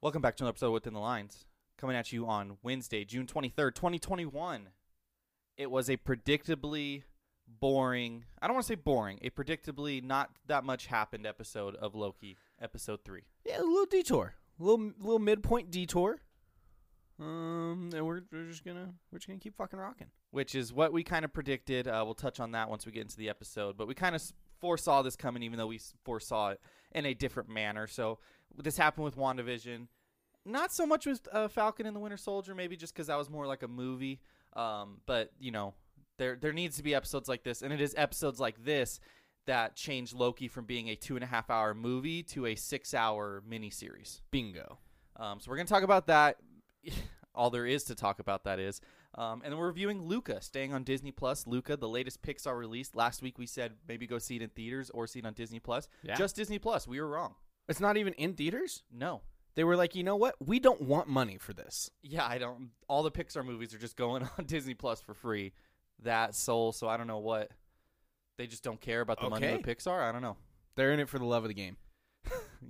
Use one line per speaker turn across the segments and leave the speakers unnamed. Welcome back to another episode of Within the Lines, coming at you on Wednesday, June 23rd, 2021. It was a predictably boring, I don't want to say boring, a predictably not that much happened episode of Loki, episode 3.
Yeah, a little detour, a little little midpoint detour. Um, and we're, we're just gonna we're just gonna keep fucking rocking.
which is what we kind of predicted. Uh, we'll touch on that once we get into the episode, but we kind of s- foresaw this coming, even though we s- foresaw it in a different manner. So this happened with WandaVision, not so much with uh, Falcon and the Winter Soldier, maybe just because that was more like a movie. Um, but you know, there there needs to be episodes like this, and it is episodes like this that change Loki from being a two and a half hour movie to a six hour miniseries.
Bingo.
Um, so we're going to talk about that. All there is to talk about that is. Um, and then we're reviewing Luca, staying on Disney Plus. Luca, the latest Pixar release. Last week we said maybe go see it in theaters or see it on Disney Plus.
Yeah.
Just Disney Plus. We were wrong.
It's not even in theaters.
No.
They were like, you know what? We don't want money for this.
Yeah, I don't. All the Pixar movies are just going on Disney Plus for free. That soul. So I don't know what. They just don't care about the money
Okay.
of Pixar. I don't know.
They're in it for the love of the game.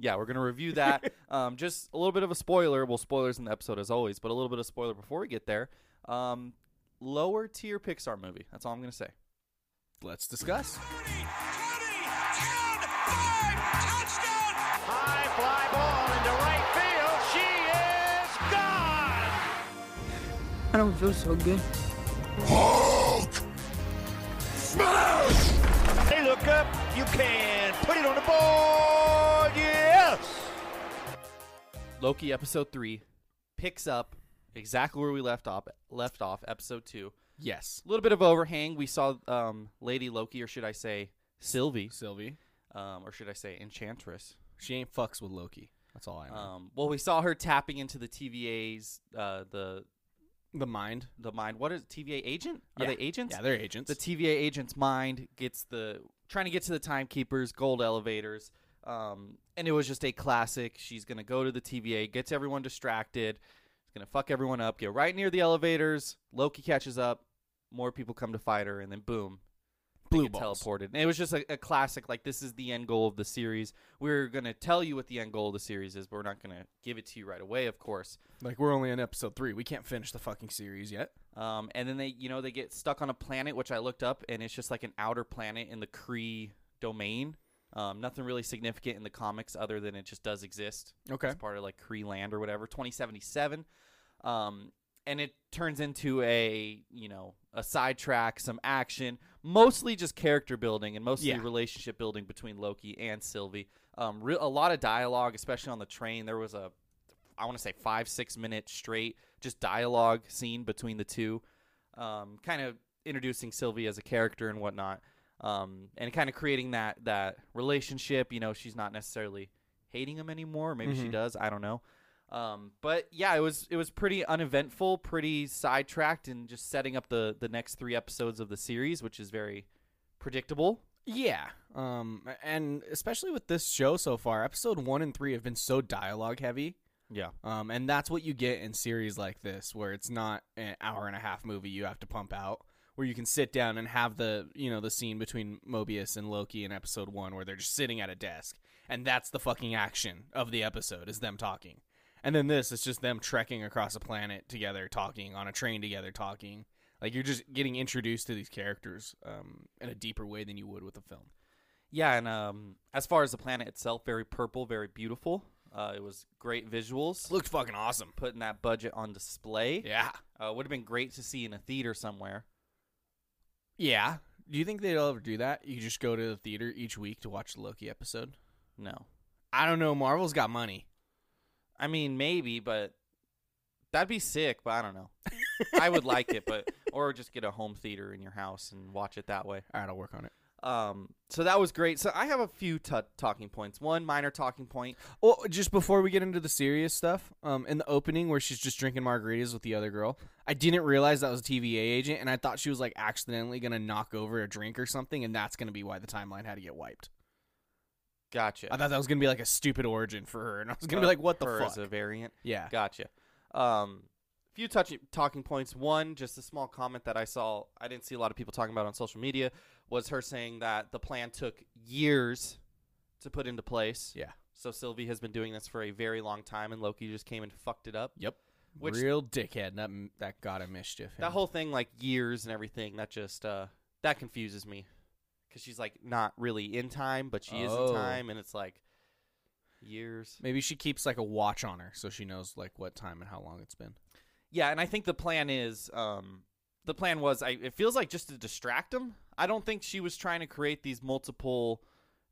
yeah, we're gonna review that. um, just a little bit of a spoiler. Well, spoilers in the episode as always, but a little bit of spoiler before we get there. Um, lower tier Pixar movie. That's all I'm gonna say.
Let's discuss.
High fly ball into right field. She is gone.
I don't feel so good.
They look up. You can put it on the board. Yes.
Loki episode three picks up exactly where we left off. Left off episode two.
Yes,
A little bit of overhang. We saw um, Lady Loki, or should I say Sylvie,
Sylvie.
um, or should I say Enchantress?
She ain't fucks with Loki. That's all I know.
Um, well, we saw her tapping into the TVA's uh, the
the mind.
the mind. What is TVA agent? Are
Yeah.
they agents?
Yeah, they're agents.
the TVA agent's mind gets the trying to get to the timekeepers, gold elevators, um, and it was just a classic. She's gonna go to the TVA, gets everyone distracted, is gonna fuck everyone up, get right near the elevators. Loki catches up, more people come to fight her, and then boom, they
Blue
get
balls.
teleported. And it was just a, a classic. Like this is the end goal of the series. We're gonna tell you what the end goal of the series is, but we're not gonna give it to you right away, of course.
like we're only on episode three. We can't finish the fucking series yet.
Um, and then they, you know, they get stuck on a planet, which I looked up, and it's just like an outer planet in the Kree domain. Um, nothing really significant in the comics other than it just does exist.
Okay.
It's part of like Kree land or whatever. 2077. Um, and it turns into a, you know, a sidetrack, some action, mostly just character building and mostly
Yeah.
relationship building between Loki and Sylvie. Um, re- a lot of dialogue, especially on the train. There was a I want to say five, six minutes straight, just dialogue scene between the two, um, kind of introducing Sylvie as a character and whatnot, um, and kind of creating that that relationship. You know, she's not necessarily hating him anymore. Maybe she does. I don't know. Um, but yeah, it was it was pretty uneventful, pretty sidetracked, and just setting up the the next three episodes of the series, which is very predictable.
Yeah. Um, and especially with this show so far, episode one and three have been so dialogue heavy.
Yeah.
Um, and that's what you get in series like this, where it's not an hour and a half movie you have to pump out, where you can sit down and have the you know the scene between Mobius and Loki in episode one, where they're just sitting at a desk, and that's the fucking action of the episode is them talking, and then this is just them trekking across a planet together, talking on a train together, talking. Like you're just getting introduced to these characters um, in a deeper way than you would with a film.
Yeah, and um, as far as the planet itself, very purple, very beautiful. Uh, it was great visuals.
Looked fucking awesome.
Putting that budget on display.
Yeah.
Uh, would have been great to see in a theater somewhere.
Yeah. Do you think they'll ever do that? You just go to the theater each week to watch the Loki episode?
No.
I don't know. Marvel's got money.
I mean, maybe, but that'd be sick, but I don't know. I would like it, but or just get a home theater in your house and watch it that way.
All right, I'll work on it.
Um, so that was great. So I have a few t- talking points. One minor talking point.
Well, just before we get into the serious stuff, um, in the opening where she's just drinking margaritas with the other girl, I didn't realize that was a TVA agent, and I thought she was like accidentally gonna knock over a drink or something, and that's gonna be why the timeline had to get wiped.
Gotcha.
I thought that was gonna be like a stupid origin for her, and I was gonna be
Uh,
like, "What the
her
fuck?"
As a variant.
yeah,
Gotcha. Um, few touch- talking points. One, just a small comment that I saw, I didn't see a lot of people talking about on social media, was her saying that the plan took years to put into place.
yeah,
So Sylvie has been doing this for a very long time, and Loki just came and fucked it up.
yep.
Which-
Real dickhead. That that got him mischief.
That
him.
whole thing, like years and everything, that just uh, that confuses me because she's like not really in time, but she is
Oh.
in time, and it's like years.
Maybe she keeps like a watch on her so she knows like what time and how long it's been.
Yeah, and I think the plan is um the plan was I it feels like just to distract him. I don't think she was trying to create these multiple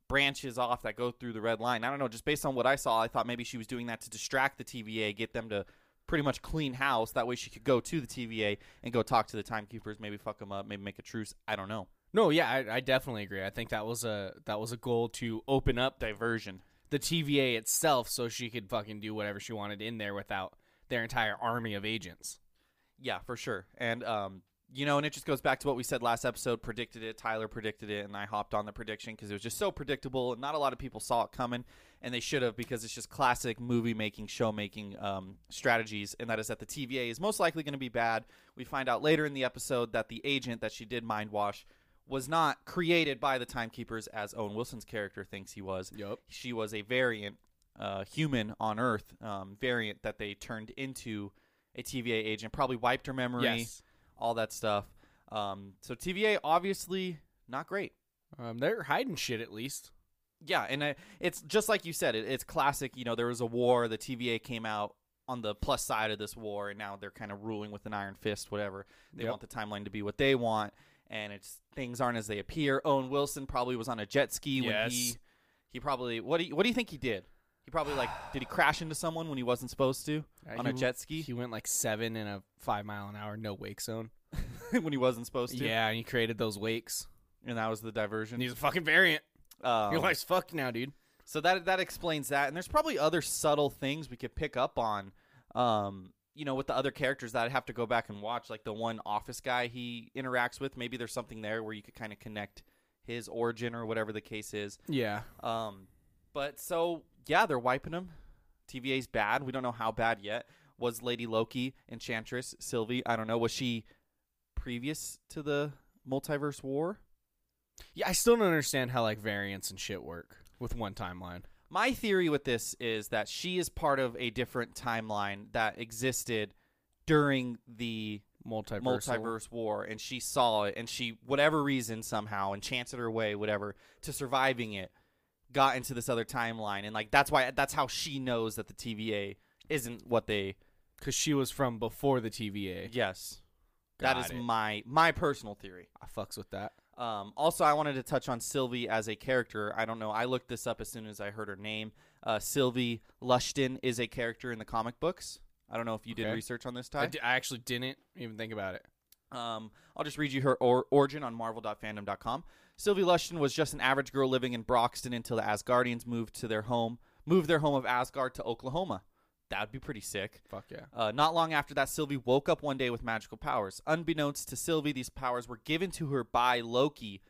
branches off that go through the red line. I don't know, just based on what I saw, I thought maybe she was doing that to distract the TVA, get them to pretty much clean house that way she could go to the TVA and go talk to the timekeepers, maybe fuck them up, maybe make a truce. I don't know.
No, yeah, I, I definitely agree. I think that was a that was a goal to open up the,
Diversion.
the TVA itself so she could fucking do whatever she wanted in there without their entire army of agents.
Yeah, for sure. And um, you know, and it just goes back to what we said last episode. Predicted it. Tyler predicted it, and I hopped on the prediction because it was just so predictable, and not a lot of people saw it coming, and they should have because it's just classic movie making, show making um, strategies. And that is that the TVA is most likely going to be bad. We find out later in the episode that the agent that she did mind wash was not created by the timekeepers as Owen Wilson's character thinks he was.
Yep.
She was a variant, uh, human on Earth um, variant that they turned into a TVA agent. Probably wiped her memory,
Yes.
all that stuff. Um, so TVA obviously not great.
Um, they're hiding shit at least.
Yeah, and I, it's just like you said. It, it's classic. You know, there was a war. The TVA came out on the plus side of this war, and now they're kind of ruling with an iron fist. Whatever they
Yep.
want the timeline to be, what they want, and it's things aren't as they appear. Owen Wilson probably was on a jet ski when he
Yes.
he probably what do you, what do you think he did? He probably like did he crash into someone when he wasn't supposed to on
Uh, He-
a jet ski
He went like seven in a five mile an hour no wake zone.
when he wasn't supposed to.
Yeah, and he created those wakes.
and that was the diversion.
And he's a fucking variant.
Um,
Your life's fucked now, dude.
So that that explains that, and there's probably other subtle things we could pick up on, um, you know, with the other characters that I'd have to go back and watch, like the one office guy he interacts with. Maybe there's something there where you could kind of connect his origin or whatever the case is.
Yeah.
Um, but so yeah, they're wiping him. TVA's bad. We don't know how bad yet. Was Lady Loki, Enchantress, Sylvie? I don't know. Was she previous to the multiverse war?
Yeah, I still don't understand how like variants and shit work with one timeline.
My theory with this is that she is part of a different timeline that existed during the
Multiversal.
multiverse war, and she saw it, and she, whatever reason, somehow, and chanced it her way, whatever, to surviving it, got into this other timeline, and like that's why that's how she knows that the TVA isn't what they.
because she was from before the TVA.
Yes, that
Got
is
it.
my my personal theory.
I fucks with that.
Um, also, I wanted to touch on Sylvie as a character. I don't know. I looked this up as soon as I heard her name. Uh, Sylvie Lushton is a character in the comic books. I don't know if you did
Okay.
research on this,
I
Ty.
di- I actually didn't even think about it.
Um, I'll just read you her or- origin on marvel.fandom.com. Sylvie Lushton was just an average girl living in Broxton until the Asgardians moved to their home, moved their home of Asgard to Oklahoma. That'd be pretty sick.
Fuck yeah.
Uh, not long after that, Sylvie woke up one day with magical powers. Unbeknownst to Sylvie, these powers were given to her by Loki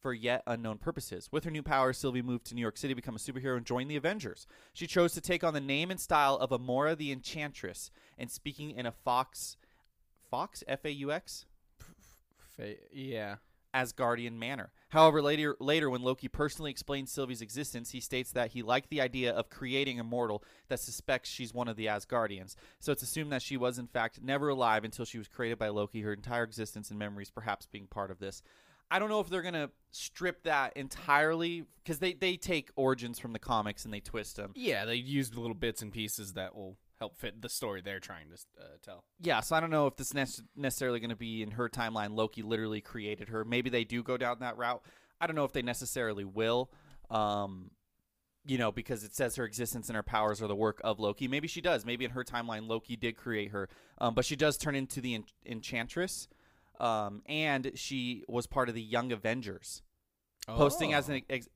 for yet unknown purposes. With her new powers, Sylvie moved to New York City to become a superhero and join the Avengers. She chose to take on the name and style of Amora the Enchantress and speaking in a Fox Fox F A U X
Fa- yeah.
Asgardian manner. However, later, later when Loki personally explains Sylvie's existence, he states that he liked the idea of creating a mortal that suspects she's one of the Asgardians. So it's assumed that she was, in fact, never alive until she was created by Loki, her entire existence and memories perhaps being part of this. I don't know if they're going to strip that entirely because they, they take origins from the comics and they twist them.
Yeah, they used little bits and pieces that will help fit the story they're trying to uh, tell.
yeah, so I don't know if this nec- necessarily going to be in her timeline. Loki literally created her. Maybe they do go down that route. I don't know if they necessarily will. Um, you know, because it says her existence and her powers are the work of Loki. Maybe she does. Maybe in her timeline, Loki did create her. Um, but she does turn into the en- Enchantress, um, and she was part of the Young Avengers posting
Oh.
as an ex-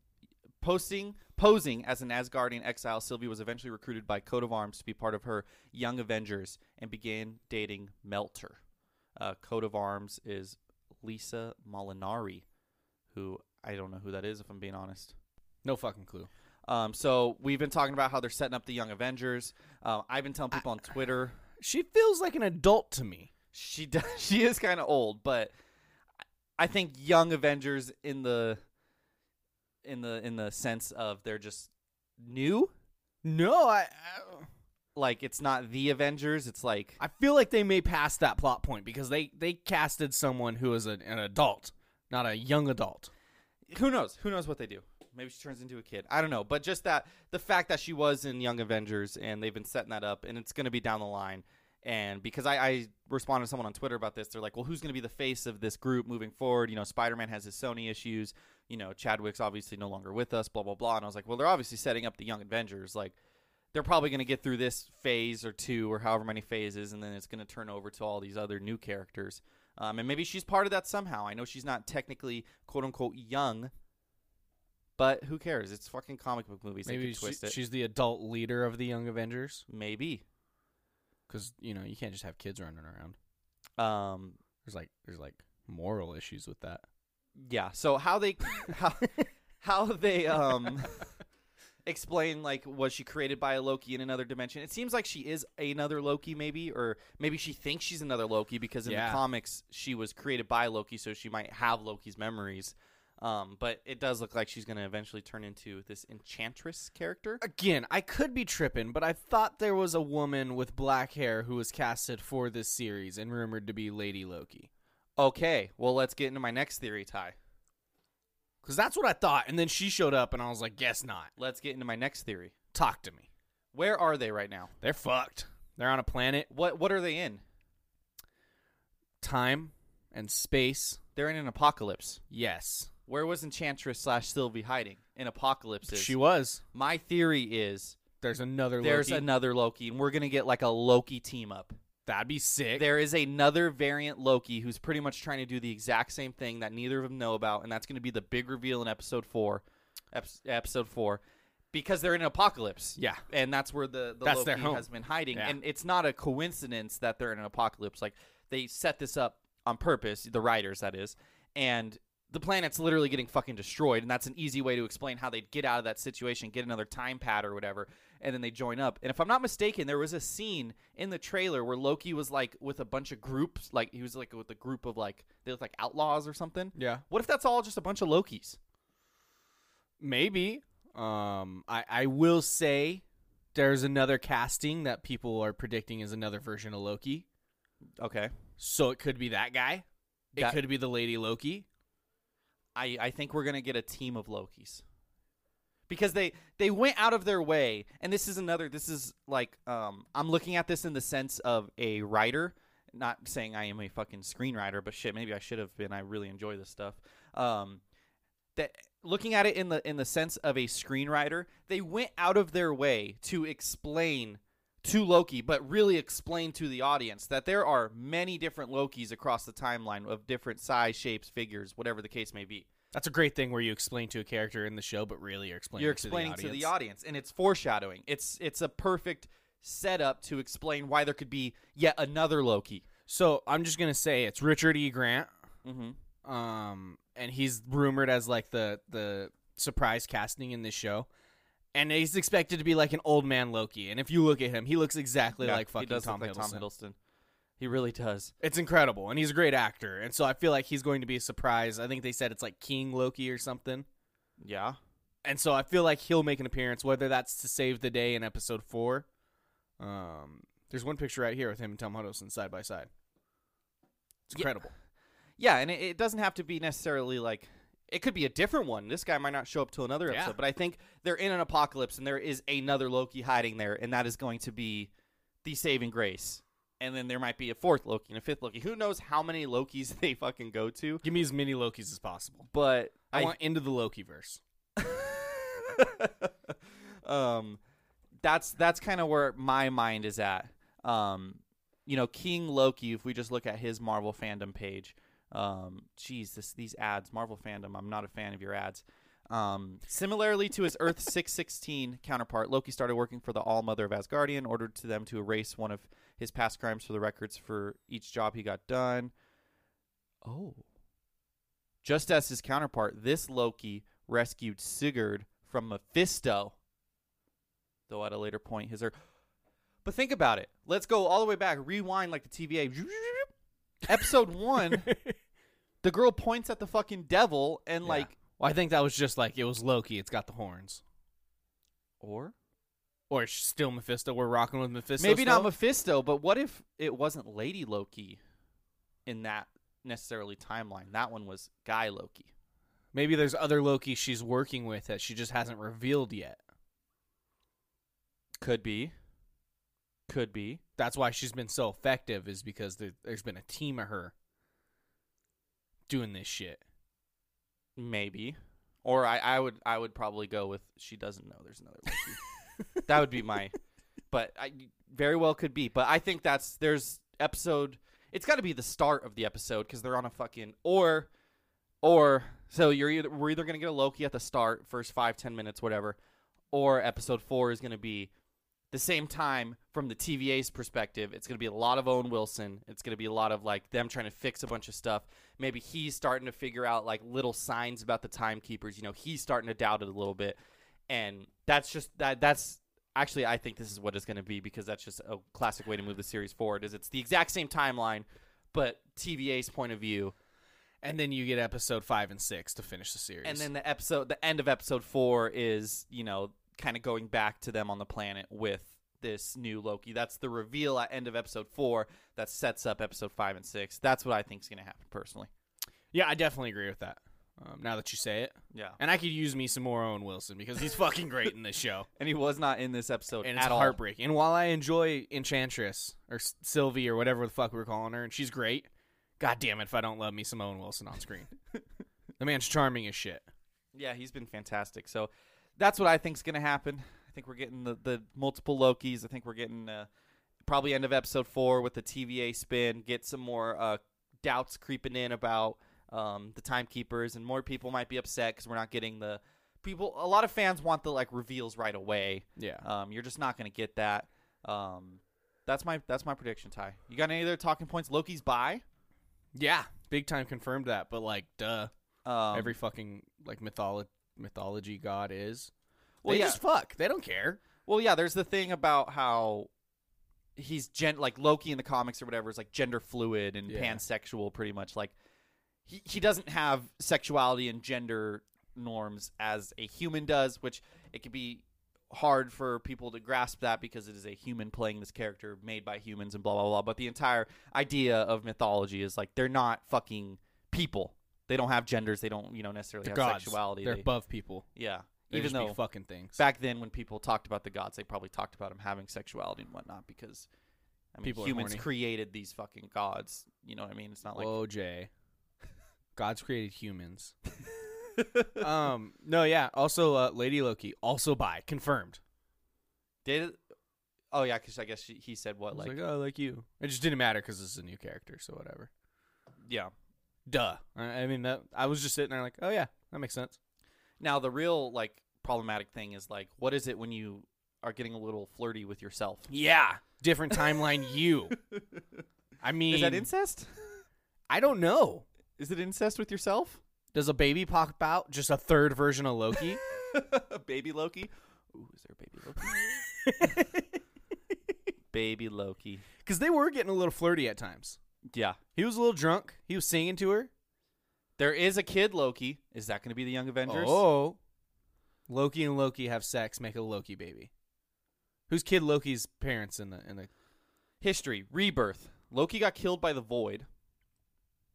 posting posing as an Asgardian exile. Sylvie was eventually recruited by Coat of Arms to be part of her Young Avengers and began dating Melter. Uh, Coat of Arms is Lisa Molinari, who I don't know who that is if I'm being honest.
no fucking clue.
Um, so we've been talking about how they're setting up the Young Avengers. Uh, I've been telling people on Twitter
She feels like an adult to me.
she does, she is kind of old, but I think young Avengers in the in the in the sense of they're just new.
No, I I-
Like it's not the Avengers. It's like
I feel like they may pass that plot point because they they casted someone who is an, an adult, not a young adult.
who knows? Who knows what they do? Maybe she turns into a kid. I don't know. But just that the fact that she was in Young Avengers and they've been setting that up and it's going to be down the line. And because I, I responded to someone on Twitter about this, they're like, well, who's going to be the face of this group moving forward? You know, Spider Man has his Sony issues. You know, Chadwick's obviously no longer with us, blah, blah, blah. And I was like, well, they're obviously setting up the Young Avengers. Like, they're probably going to get through this phase or two or however many phases, and then it's going to turn over to all these other new characters. Um, and maybe she's part of that somehow. I know she's not technically quote unquote young, but who cares? It's fucking comic book movies. they
Maybe
could
she-
twist it.
she's the adult leader of the Young Avengers
maybe.
because you know you can't just have kids running around.
Um,
There's like there's like moral issues with that.
yeah. So how they how how they um explain like was she created by a Loki in another dimension? It seems like she is another Loki, maybe, or maybe she thinks she's another Loki because in
Yeah.
the comics she was created by Loki, so she might have Loki's memories. Um, but it does look like she's going to eventually turn into this enchantress character.
Again, I could be tripping, but I thought there was a woman with black hair who was casted for this series and rumored to be Lady Loki.
Okay, well let's get into my next theory, Ty.
Because that's what I thought. And then she showed up, and I was like, guess not.
Let's get into my next theory.
Talk to me.
Where are they right now?
They're fucked. They're on a planet.
What what are they in?
Time and space.
They're in an apocalypse.
Yes.
Where was Enchantress slash Sylvie hiding in Apocalypses?
She was.
My theory is
There's another
there's
Loki.
another Loki, and we're gonna get like a Loki team up.
That'd be sick.
There is another variant Loki who's pretty much trying to do the exact same thing that neither of them know about, and that's gonna be the big reveal in episode four. Ep- episode four, because they're in an apocalypse.
Yeah.
and that's where the, the
That's
Loki
their home.
has been hiding,
Yeah.
and it's not a coincidence that they're in an apocalypse. Like they set this up on purpose, the writers that is, and the planet's literally getting fucking destroyed, and that's an easy way to explain how they'd get out of that situation, get another time pad or whatever, and then they join up. And if I'm not mistaken, there was a scene in the trailer where Loki was like with a bunch of groups, like he was like with a group of like they look like outlaws or something.
Yeah.
What if that's all just a bunch of Lokis?
Maybe. Um, I, I will say there's another casting that people are predicting is another version of Loki.
Okay.
So it could be that guy. It
That-
could be the Lady Loki.
I, I think we're gonna get a team of Lokis. Because they they went out of their way, and this is another this is like um I'm looking at this in the sense of a writer, not saying I am a fucking screenwriter, but shit, maybe I should have been. I really enjoy this stuff. Um that looking at it in the in the sense of a screenwriter, they went out of their way to explain to Loki, but really explain to the audience that there are many different Lokis across the timeline of different size, shapes, figures, whatever the case may be.
That's a great thing where you explain to a character in the show, but really you're explaining
You're
it
explaining
to the audience.
audience, and it's foreshadowing. It's it's a perfect setup to explain why there could be yet another Loki. Mm-hmm.
So I'm just gonna say it's Richard E. Grant. Um, and he's rumored as like the the surprise casting in this show. And he's expected to be like an old man Loki. And if you look at him, he looks exactly
Yeah,
like fucking
he does
Tom,
look like
Hiddleston.
Tom Hiddleston. He really does.
It's incredible, and he's a great actor. And so I feel like he's going to be a surprise. I think they said it's like King Loki or something.
Yeah.
And so I feel like he'll make an appearance, whether that's to save the day in episode four. Um, there's one picture right here with him and Tom Hiddleston side by side. It's incredible.
Yeah, and it, it doesn't have to be necessarily like it could be a different one. This guy might not show up till another
Yeah.
episode, but I think they're in an apocalypse and there is another Loki hiding there, and that is going to be the saving grace. And then there might be a fourth Loki and a fifth Loki. Who knows how many Lokis they fucking go to?
Give me as many Lokis as possible.
But
I,
I,
want into the Loki verse.
um, that's that's kind of where my mind is at. Um, you know, King Loki. If we just look at his Marvel fandom page, um, geez, this, these ads, Marvel fandom. I'm not a fan of your ads. Um, similarly to his Earth 616 counterpart, Loki started working for the All Mother of Asgardian, in order to them to erase one of his past crimes for the records for each job he got done. Oh. Just as his counterpart, this Loki rescued Sigurd from Mephisto. Though at a later point, his. Er- but think about it. Let's go all the way back, rewind like the TVA. Episode one, the girl points at the fucking devil and,
Yeah.
like,
well, I think that was just like it was Loki. It's got the horns,
or?
or it's still Mephisto. We're rocking with Mephisto.
Maybe not
still?
Mephisto, but what if it wasn't Lady Loki in that necessarily timeline? That one was Guy Loki.
Maybe there's other Loki she's working with that she just hasn't revealed yet.
Could be. Could be.
that's why she's been so effective is because there, there's been a team of her doing this shit.
Maybe. Or I, I would I would probably go with she doesn't know there's another Loki. that would be my but I very well could be. But I think that's there's episode it's got to be the start of the episode cuz they're on a fucking or or so you're either we're either going to get a Loki at the start first five ten minutes whatever or episode 4 is going to be the same time from the TVA's perspective, it's going to be a lot of Owen Wilson. It's going to be a lot of like them trying to fix a bunch of stuff. Maybe he's starting to figure out like little signs about the timekeepers. You know, he's starting to doubt it a little bit. And that's just that that's actually I think this is what it's going to be because that's just a classic way to move the series forward is it's the exact same timeline but TVA's point of view.
And then you get episode five and six to finish the series.
And then the episode, the end of episode four is, you know, kind of going back to them on the planet with this new Loki. That's the reveal at end of episode four that sets up episode five and six. That's what I think is going to happen personally.
yeah, I definitely agree with that. Um, now that you say it,
Yeah.
and I could use me some more Owen Wilson because he's fucking great in this show,
And he was not in this episode
and it's
at all.
heartbreaking. And while I enjoy Enchantress or S- Sylvie or whatever the fuck we're calling her, and she's great, god damn it if I don't love me some Owen Wilson on screen. the man's charming as shit.
Yeah, he's been fantastic. So that's what I think is going to happen. I think we're getting the, the multiple Lokis. I think we're getting uh, probably end of episode four with the TVA spin. Get some more uh, doubts creeping in about um, the timekeepers, and more people might be upset because we're not getting the people. A lot of fans want the like reveals right away.
Yeah.
Um, you're just not going to get that. Um, that's my that's my prediction, Ty. You got any other talking points? Loki's bye.
Yeah, big time confirmed that, but like, duh.
Um,
every fucking like mytholo- mythology god is.
Well,
they
yeah.
just fuck. They don't care.
Well, yeah, there's the thing about how he's gen like Loki in the comics or whatever is like gender fluid and
Yeah.
pansexual pretty much like he, he doesn't have sexuality and gender norms as a human does, which it could be hard for people to grasp that because it is a human playing this character made by humans and blah blah blah. But the entire idea of mythology is like they're not fucking people. They don't have genders. They don't, you know, necessarily
They're
have
gods.
sexuality.
They're
They-
above people.
yeah,
They
even
just be
though
fucking things.
back then when people talked about the gods, they probably talked about them having sexuality and whatnot because I mean,
People are
humans
horny.
created these fucking gods. You know what I mean? It's not like
Whoa, Jay. God's created humans. um. No. Yeah. Also, uh, Lady Loki. Also, by confirmed.
did. It, oh yeah, because I guess she, he said
I
what
was
like,
like, oh, like you. It just didn't matter because this is a new character, so whatever. "Oh."
yeah.
Duh. I, I mean, that, I was just sitting there like, oh yeah, that makes sense.
Now the real like problematic thing is like, what is it when you are getting a little flirty with yourself?
Yeah. Different timeline. you. I mean,
Is that incest?
I don't know.
Is it incest with yourself?
Does a baby pop out? Just a third version of Loki?
baby Loki. Ooh, is there a baby Loki? baby Loki.
Because they were getting a little flirty at times.
Yeah.
He was a little drunk. He was singing to her.
There is a kid Loki. Is that going to be the Young Avengers?
Oh. Loki and Loki have sex, make a Loki baby. Who's kid Loki's parents in the in the
History, rebirth. Loki got killed by the Void.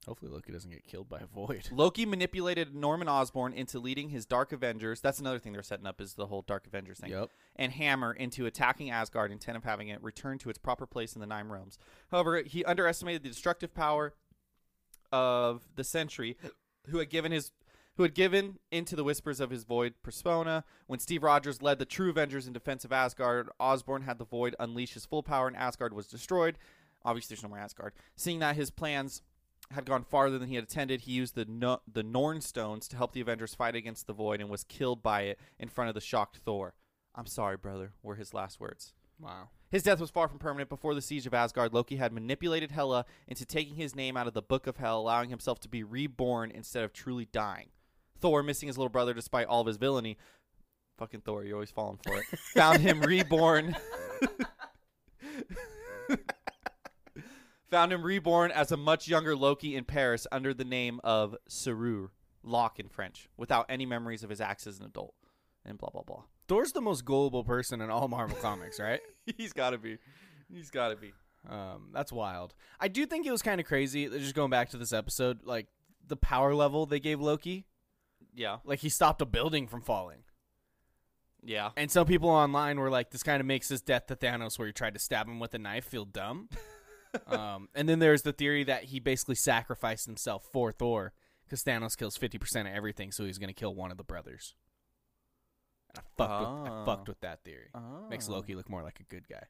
Hopefully Loki doesn't get killed by a void.
Loki manipulated Norman Osborn into leading his Dark Avengers. That's another thing they're setting up is the whole Dark Avengers thing.
Yep.
And Hammer into attacking Asgard, intent of having it return to its proper place in the Nine Realms. However, he underestimated the destructive power of the Sentry, who had given his who had given into the whispers of his void persona. When Steve Rogers led the true Avengers in defense of Asgard, Osborn had the void unleash his full power and Asgard was destroyed. Obviously, there's no more Asgard. Seeing that his plans had gone farther than he had intended, he used the no- the Norn stones to help the Avengers fight against the void and was killed by it in front of the shocked Thor. I'm sorry, brother, were his last words.
Wow.
His death was far from permanent. Before the siege of Asgard, Loki had manipulated Hela into taking his name out of the Book of Hell, allowing himself to be reborn instead of truly dying. Thor, missing his little brother despite all of his villainy, fucking Thor, you're always falling for it, found him reborn. found him reborn as a much younger Loki in Paris under the name of Serur, Locke in French, without any memories of his acts as an adult, and blah, blah, blah.
Thor's the most gullible person in all Marvel comics, right?
He's got to be. He's got to be.
Um, that's wild. I do think it was kind of crazy. Just going back to this episode, like the power level they gave Loki,
Yeah.
like he stopped a building from falling.
Yeah.
And some people online were like, "This kind of makes his death to Thanos, where he tried to stab him with a knife, feel dumb." um, and then there's the theory that he basically sacrificed himself for Thor because Thanos kills fifty percent of everything, so he's gonna kill one of the brothers. And I fucked, with, I
Oh.
fucked with that theory. Makes Loki look more like a good guy.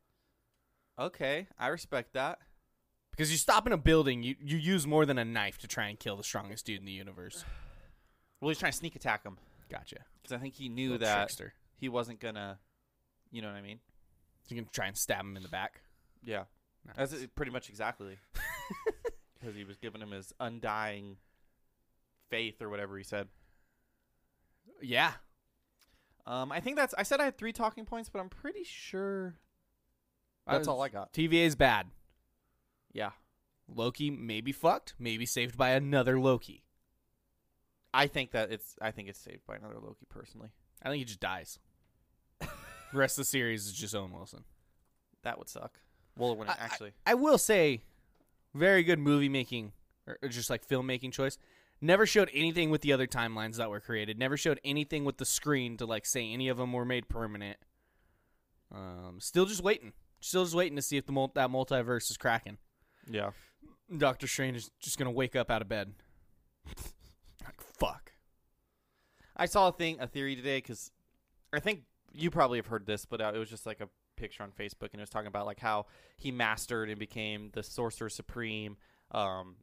Okay, I respect that.
Because you stop in a building, you, you use more than a knife to try and kill the strongest dude in the universe.
Well, he's trying to sneak attack him
Gotcha.
because I think he knew
Little
that
trickster.
he wasn't gonna. You know what I mean?
So you can try and stab him in the back.
Yeah, that's it- pretty much exactly because he was giving him his undying faith or whatever he said.
Yeah.
Um, I think that's. I said I had three talking points, but I'm pretty sure that's all I got.
TVA's bad.
Yeah,
Loki maybe fucked, maybe saved by another Loki.
I think that it's. I think it's saved by another Loki personally.
I think he just dies. the rest of the series is just Owen Wilson.
That would suck. Well, when it
I- I-
actually,
I, will say, very good movie making or, or just like filmmaking choice. Never showed anything with the other timelines that were created. Never showed anything with the screen to like say any of them were made permanent. Um, still just waiting. Still just waiting to see if the mul- that multiverse is cracking.
yeah.
Doctor Strange is just gonna wake up out of bed. like fuck.
I saw a thing, a theory today, because I think you probably have heard this, but uh, it was just like a picture on Facebook, and it was talking about like how he mastered and became the Sorcerer Supreme, um,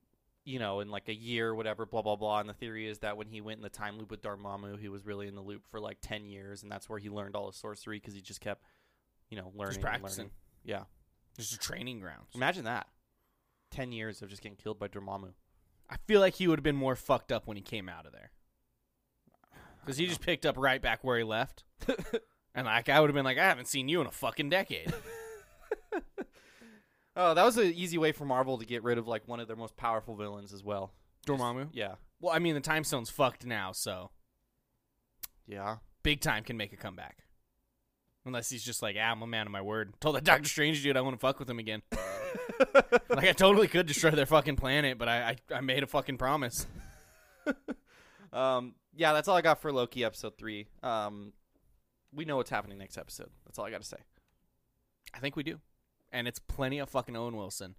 you know, in like a year, or whatever, blah blah blah. And the theory is that when he went in the time loop with Dormammu, he was really in the loop for like ten years, and that's where he learned all his sorcery because he just kept, you know, learning, and
practicing.
learning. Yeah,
Just a training grounds.
imagine that. Ten years of just getting killed by Dormammu.
I feel like he would have been more fucked up when he came out of there. Because he just picked up right back where he left. and like I would have been like, I haven't seen you in a fucking decade.
Oh, that was an easy way for Marvel to get rid of like one of their most powerful villains as well.
Dormammu?
Yeah,
Well, I mean the time stone's fucked now, so
yeah.
big time can make a comeback. Unless he's just like, ah, I'm a man of my word. Told that Doctor Strange dude I want to fuck with him again. like I totally could destroy their fucking planet, but I, I, I made a fucking promise.
Um, yeah, that's all I got for Loki episode three. Um, we know what's happening next episode. That's all I got to say.
I think we do. And it's plenty of fucking Owen Wilson.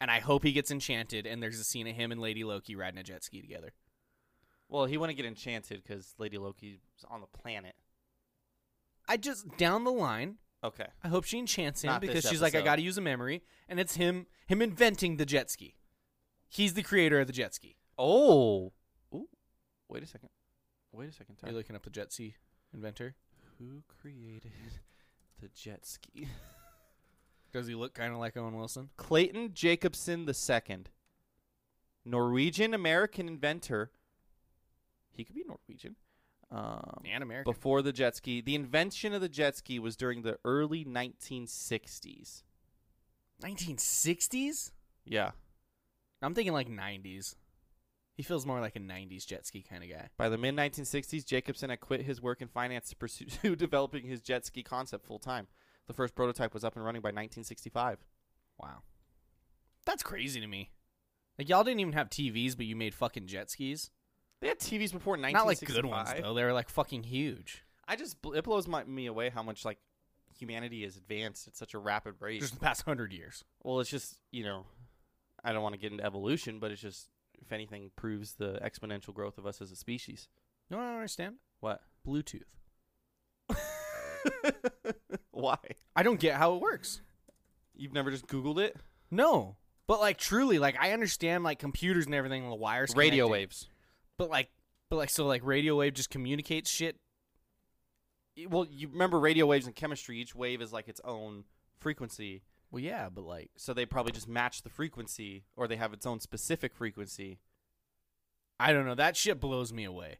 And I hope he gets enchanted and there's a scene of him and Lady Loki riding a jet ski together.
Well, he wouldn't get enchanted because Lady Loki's on the planet.
I just down the line,
Okay.
I hope she enchants him
Not this
because she's like, I
episode.
gotta use a memory, and it's him him inventing the jet ski. He's the creator of the jet ski.
Oh. Ooh. Wait a second. Wait a second.
Are
Tyler.
you looking up the jet ski inventor?
Who created the jet ski?
Does he look kinda like Owen Wilson?
Clayton Jacobson II, Norwegian American inventor He could be Norwegian. Um,
And American.
Before the jet ski, the invention of the jet ski was during the early 1960s.
1960s?
Yeah,
I'm thinking like 90s. He feels more like a 90s jet ski kind of guy.
By the mid 1960s, Jacobson had quit his work in finance to pursue developing his jet ski concept full time. The first prototype was up and running by 1965.
Wow. That's crazy to me. Like y'all didn't even have TVs, but you made fucking jet skis.
They had TVs before 1965.
Not like good ones though. They were like fucking huge.
I just bl- it blows my, me away how much like humanity has advanced at such a rapid rate.
Just the past hundred years.
well, it's just you know, I don't want to get into evolution, but it's just if anything proves the exponential growth of us as a species.
You know what I don't understand?
What?
Bluetooth.
Why?
I don't get how it works.
You've never just Googled it?
No. But like truly, like I understand like computers and everything and the wires.
Radio
connecting.
waves.
But like but like so like radio wave just communicates shit.
Well, you remember radio waves and chemistry. Each wave is like its own frequency.
Well yeah, but like
so they probably just match the frequency or they have its own specific frequency
I don't know. That shit blows me away.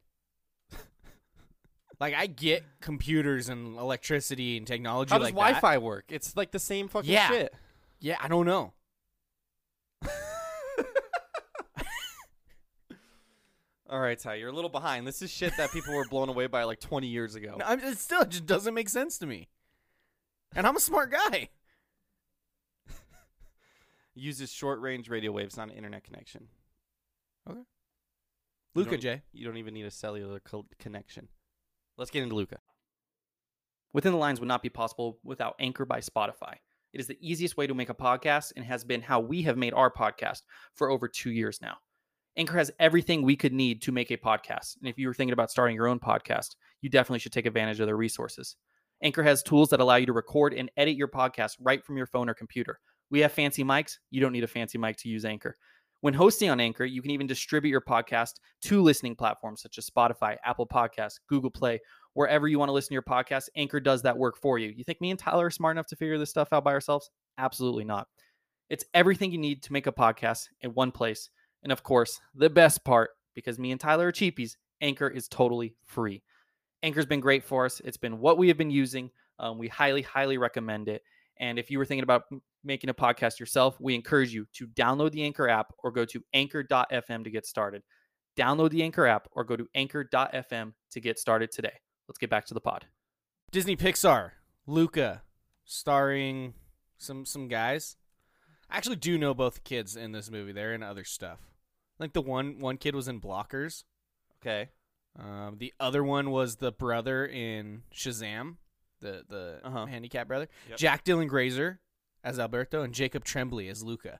like I get computers and electricity and technology
how does
like that.
wi-fi work it's like the same fucking
Yeah.
shit
Yeah, I don't know.
all right ty you're a little behind this is shit that people were blown away by like 20 years ago
No, I'm it still it just doesn't make sense to me. And I'm a smart guy.
uses short-range radio waves not an internet connection
Okay.
You
Luca
don't-
J.
You don't even need a cellular co- connection. Let's get into Luca. Within the Lines would not be possible without Anchor by Spotify. It is the easiest way to make a podcast and has been how we have made our podcast for over two years now. Anchor has everything we could need to make a podcast. And if you were thinking about starting your own podcast, you definitely should take advantage of their resources. Anchor has tools that allow you to record and edit your podcast right from your phone or computer. We have fancy mics. You don't need a fancy mic to use Anchor. When hosting on Anchor, you can even distribute your podcast to listening platforms such as Spotify, Apple Podcasts, Google Play, wherever you want to listen to your podcast. Anchor does that work for you. You think me and Tyler are smart enough to figure this stuff out by ourselves? Absolutely not. It's everything you need to make a podcast in one place. And of course, the best part, because me and Tyler are cheapies, Anchor is totally free. Anchor's been great for us. It's been what we have been using. Um, we highly, highly recommend it. And if you were thinking about m- making a podcast yourself, we encourage you to download the Anchor app or go to anchor.fm to get started. Download the Anchor app or go to anchor.fm to get started today. Let's get back to the pod.
Disney Pixar, Luca, starring some some guys. I actually do know both kids in this movie. They're in other stuff. Like the one one kid was in Blockers.
Okay.
Um, the other one was the brother in Shazam, the the
Uh-huh.
handicap brother. Jack Dylan Grazer as Alberto and Jacob Tremblay as Luca.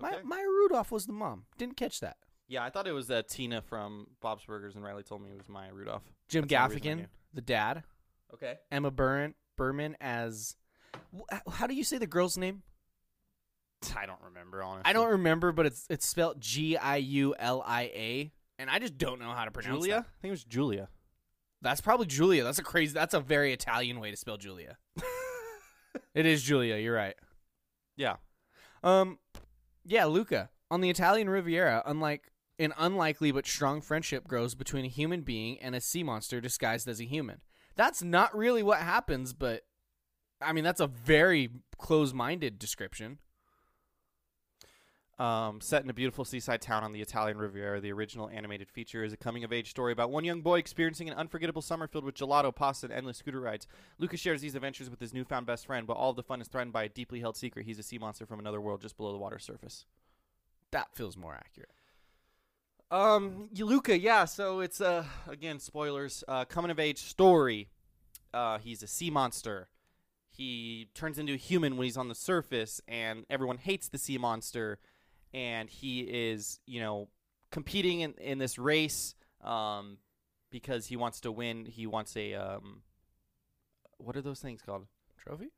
My,
Okay.
Maya Rudolph was the mom. Didn't catch that.
Yeah, I thought it was uh, Tina from Bob's Burgers, and Riley told me it was Maya Rudolph.
Jim
That's the only reason I
Gaffigan,
knew.
the dad.
Okay.
Emma Burren, Berman as. wh- How do you say the girl's name?
I don't remember, honestly.
I don't remember, but it's it's spelled G I U L I A, and I just don't know how to pronounce
Julia?
that.
I think it was Julia.
That's probably Julia. That's a crazy. That's a very Italian way to spell Julia. it is Julia. You're right.
Yeah.
Um, yeah, Luca on the Italian Riviera. Unlike an unlikely but strong friendship grows between a human being and a sea monster disguised as a human. That's not really what happens, but I mean that's a very close-minded description.
Um, set in a beautiful seaside town on the Italian Riviera, the original animated feature is a coming of age story about one young boy experiencing an unforgettable summer filled with gelato, pasta, and endless scooter rides. Lucas shares these adventures with his newfound best friend, but all of the fun is threatened by a deeply held secret. He's a sea monster from another world just below the water surface.
That feels more accurate.
Um, y- Luca, yeah. So it's uh again spoilers. Uh, coming of age story. Uh, he's a sea monster. He turns into a human when he's on the surface, and everyone hates the sea monster. And he is, you know, competing in, in this race um, because he wants to win. He wants a um, what are those things called?
Trophy?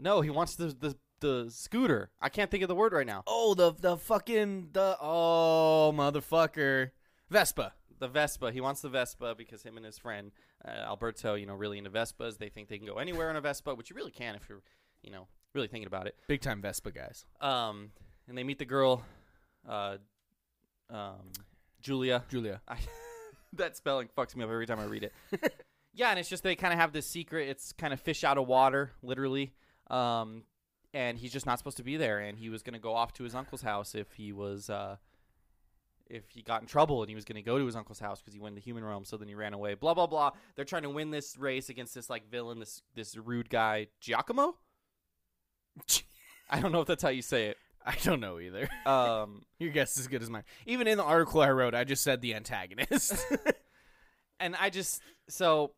No, he wants the the the scooter. I can't think of the word right now.
Oh, the the fucking the oh motherfucker Vespa.
the Vespa. He wants the Vespa because him and his friend uh, Alberto, you know, really into Vespas. They think they can go anywhere in a Vespa, which you really can if you're, you know, really thinking about it.
Big time Vespa guys.
Um, and they meet the girl, uh, um, Julia.
Julia.
I, that spelling fucks me up every time I read it. yeah, and it's just they kind of have this secret. It's kind of fish out of water, literally. Um, and he's just not supposed to be there. And he was going to go off to his uncle's house if he was, uh, if he got in trouble, and he was going to go to his uncle's house because he went to the human realm. So then he ran away. Blah blah blah. They're trying to win this race against this like villain, this this rude guy Giacomo. I don't know if that's how you say it.
I don't know either.
Um,
Your guess is as good as mine. Even in the article I wrote, I just said the antagonist.
and I just so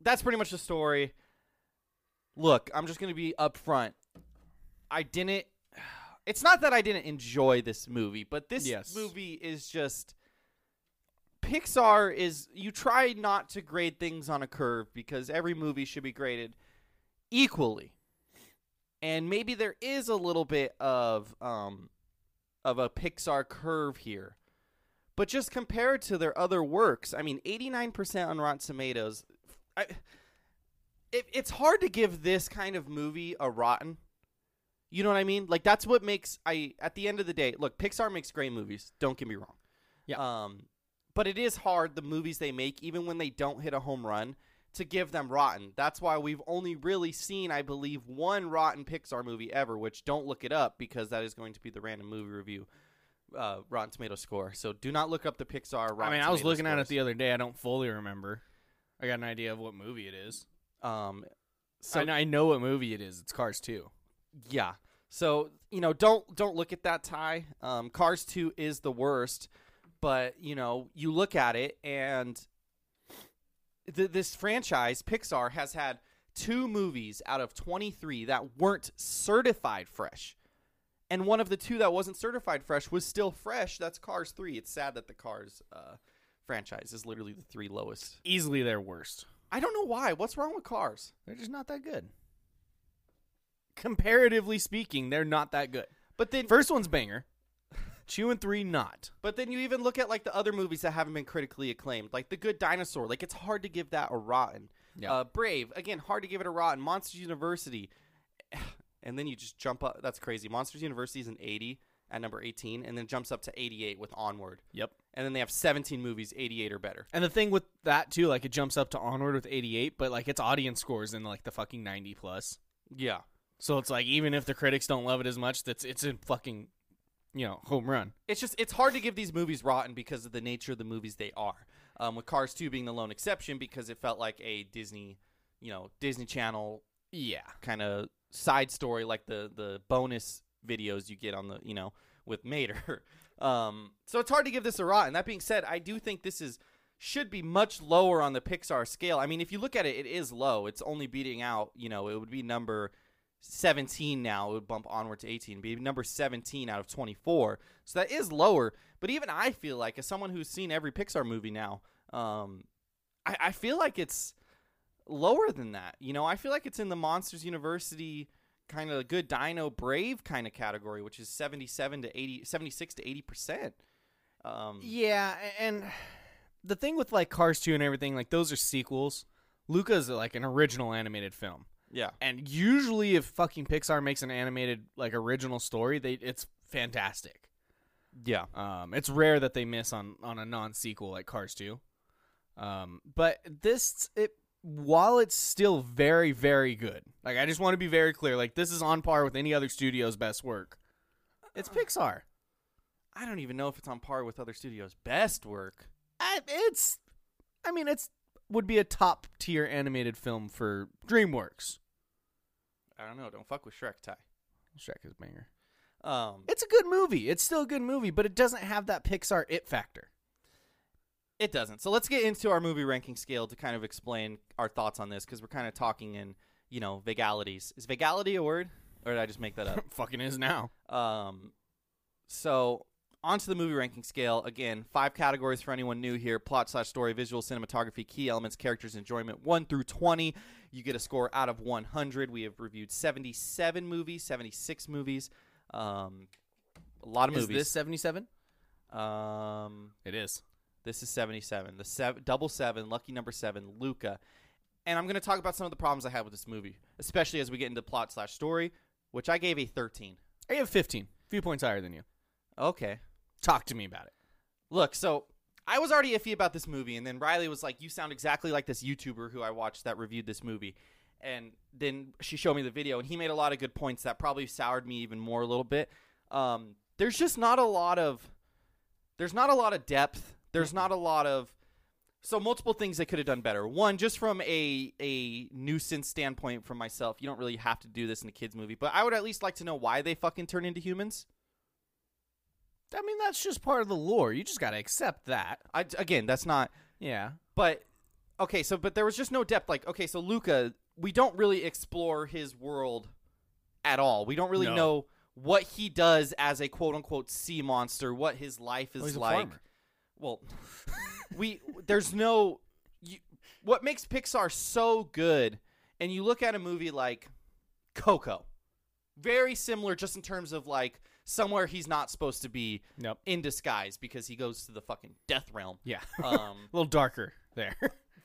that's pretty much the story. Look, I'm just gonna be upfront. I didn't. It's not that I didn't enjoy this movie, but this
Yes.
movie is just Pixar is. You try not to grade things on a curve because every movie should be graded equally, and maybe there is a little bit of um of a Pixar curve here. But just compared to their other works, I mean, 89% on Rotten Tomatoes. I, it, it's hard to give this kind of movie a rotten. You know what I mean? Like that's what makes I at the end of the day, look, Pixar makes great movies, don't get me wrong.
Yeah.
Um but it is hard the movies they make even when they don't hit a home run to give them rotten. That's why we've only really seen I believe one rotten Pixar movie ever, which don't look it up because that is going to be the random movie review uh, Rotten Tomato score. So do not look up the Pixar. Rotten
I mean, I was
Tomato
looking at it
scores.
the other day. I don't fully remember. I got an idea of what movie it is.
um,
So I know, I know what movie it is. It's Cars 2.
Yeah. So you know, don't don't look at that tie. Um, Cars Two is the worst, but you know, you look at it and th- this franchise, Pixar, has had two movies out of twenty three that weren't certified fresh, and one of the two that wasn't certified fresh was still fresh. That's Cars Three. It's sad that the Cars uh, franchise is literally the three lowest.
Easily their worst.
I don't know why. What's wrong with Cars?
They're just not that good. Comparatively speaking, they're not that good.
But then
First one's banger. Two and three, not.
But then you even look at like the other movies that haven't been critically acclaimed, like The Good Dinosaur. Like it's hard to give that a rotten.
Yeah.
Uh, Brave again, hard to give it a rotten. Monsters University, and then you just jump up. That's crazy. Monsters University is an eighty at number eighteen, and then jumps up to eighty-eight with Onward,
Yep.
and then they have seventeen movies eighty-eight or better.
And the thing with that too, like it jumps up to onward with 88, but like its audience scores in like the fucking 90 plus.
Yeah.
So it's like even if the critics don't love it as much, that's it's a fucking you know home run.
it's just it's hard to give these movies rotten because of the nature of the movies they are. Um, with Cars Two being the lone exception because it felt like a Disney, you know, Disney Channel
Yeah.
kind of side story like the the bonus videos you get on the you know with Mater. Um, so it's hard to give this a rotten. That being said, I do think this is should be much lower on the Pixar scale. I mean, if you look at it, it is low. It's only beating out you know it would be number. 17 now it would bump onward to 18 be number 17 out of 24 so that is lower but even i feel like as someone who's seen every pixar movie now um i, I feel like it's lower than that. You know, I feel like it's in the Monsters University kind of good Dino Brave kind of category, which is 77 to 80, 76 to 80%. Um,
Yeah, a- and the thing with like Cars 2 and everything, like those are sequels. Luca's like an original animated film.
yeah.
And usually if fucking Pixar makes an animated like original story, they it's fantastic.
Yeah.
Um, it's rare that they miss on on a non sequel like Cars Two. Um, but this it while it's still very very good. Like I just want to be very clear. Like this is on par with any other studio's best work. It's Pixar.
I don't even know if it's on par with other studios' best work.
I- It's, I mean, it's would be a top tier animated film for DreamWorks.
I don't know. Don't fuck with Shrek, Ty.
Shrek is a banger.
Um,
It's a good movie. It's still a good movie, but it doesn't have that Pixar it factor.
It doesn't. So let's get into our movie ranking scale to kind of explain our thoughts on this because we're kind of talking in, you know, vagalities. Is vagality a word? Or did I just make that up?
Fucking is now.
Um, so onto the movie ranking scale again. Five categories for anyone new here: plot slash story, visual, cinematography, key elements, characters, enjoyment. One through twenty, you get a score out of one hundred. We have reviewed seventy-seven movies, seventy-six movies, um, a lot of
Is
movies.
this seventy seven?
um,
It is.
this is 77. The sev- double seven, lucky number seven, Luca. And I'm going to talk about some of the problems I had with this movie, especially as we get into plot slash story, which I gave a 13.
I have 15. A few points higher than you.
Okay.
Talk to me about it.
Look, so I was already iffy about this movie, and then Riley was like, "You sound exactly like this YouTuber who I watched that reviewed this movie." And then she showed me the video, and he made a lot of good points that probably soured me even more a little bit. Um, there's just not a lot of there's not a lot of depth. There's not a lot of so multiple things they could have done better. One, just from a a nuisance standpoint from myself, you don't really have to do this in a kids movie, but I would at least like to know why they fucking turn into humans.
I mean, that's just part of the lore. You just got to accept that.
I again, that's not
Yeah.
but okay, so but there was just no depth. Like okay, so Luca, we don't really explore his world at all. We don't really
No.
know what he does as a quote unquote sea monster, what his life is
Well, he's a
like.
farmer.
Well, we there's no you, what makes Pixar so good, and you look at a movie like Coco, very similar, just in terms of like somewhere he's not supposed to be
Nope.
in disguise because he goes to the fucking death realm.
Yeah.
Um,
a little darker there.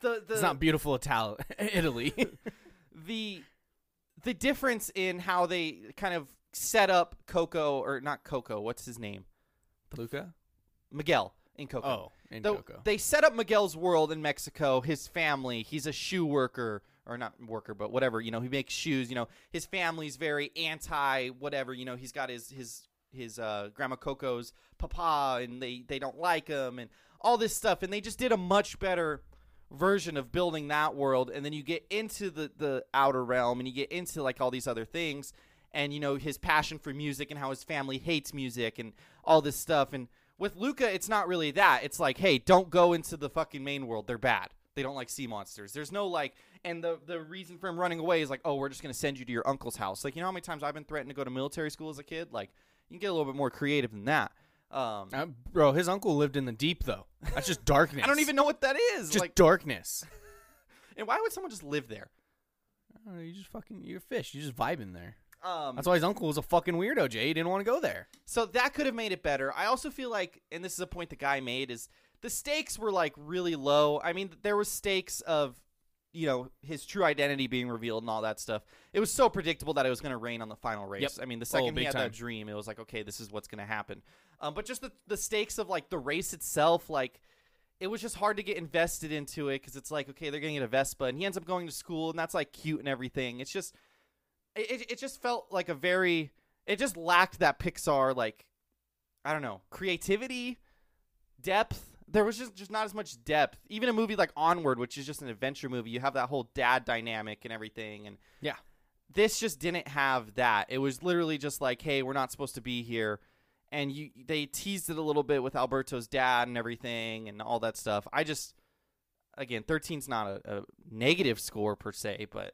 the, the
it's not beautiful Ital- Italy.
the the difference in how they kind of set up Coco or not Coco, what's his name?
Luca?
Miguel in Coco.
Oh, in
Though
Coco.
They set up Miguel's world in Mexico, his family, he's a shoe worker or not worker, but whatever, you know, he makes shoes, you know, his family's very anti whatever, you know, he's got his his his uh, grandma Coco's papa and they they don't like him and all this stuff and they just did a much better version of building that world and then you get into the the outer realm and you get into like all these other things and you know his passion for music and how his family hates music and all this stuff and with Luca it's not really that it's like hey don't go into the fucking main world they're bad they don't like sea monsters there's no like and the the reason for him running away is like oh we're just going to send you to your uncle's house like you know how many times I've been threatened to go to military school as a kid like you can get a little bit more creative than that um
Uh, bro, his uncle lived in the deep, though. That's just darkness.
I don't even know what that is
Oh, Just
like
darkness.
and why would someone just live there
Oh, you just fucking, you're a fish. You just vibing there.
um
That's why his uncle was a fucking weirdo, Jay. He didn't want to go there.
So that could have made it better. I also feel like, and this is a point the guy made, is the stakes were like really low. I mean, there was stakes of, you know, his true identity being revealed and all that stuff. It was so predictable that it was going to rain on the final race.
Yep.
I mean, the
Oh,
second he
big
had
time.
that dream, it was like, okay, this is what's going to happen. Um, but just the the stakes of like the race itself, like it was just hard to get invested into it because it's like, okay, they're going to get a Vespa, and he ends up going to school, and that's like cute and everything. It's just it, it, it just felt like a very it just lacked that pixar like i don't know creativity depth there was just, just not as much depth even a movie like onward which is just an adventure movie you have that whole dad dynamic and everything and
Yeah.
this just didn't have that it was literally just like hey we're not supposed to be here and you they teased it a little bit with alberto's dad and everything and all that stuff i just again 13's not a, a negative score per se but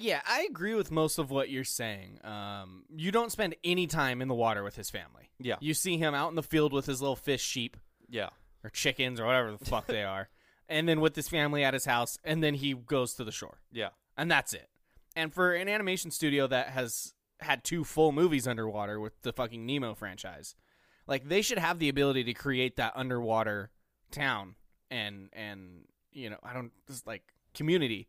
Yeah, I agree with most of what you're saying. Um, you don't spend any time in the water with his family.
Yeah.
You see him out in the field with his little fish sheep
yeah
or chickens or whatever the fuck they are. And then with his family at his house, and then he goes to the shore.
yeah
And that's it. And for an animation studio that has had two full movies underwater with the fucking Nemo franchise, like they should have the ability to create that underwater town and and you know, I don't just like community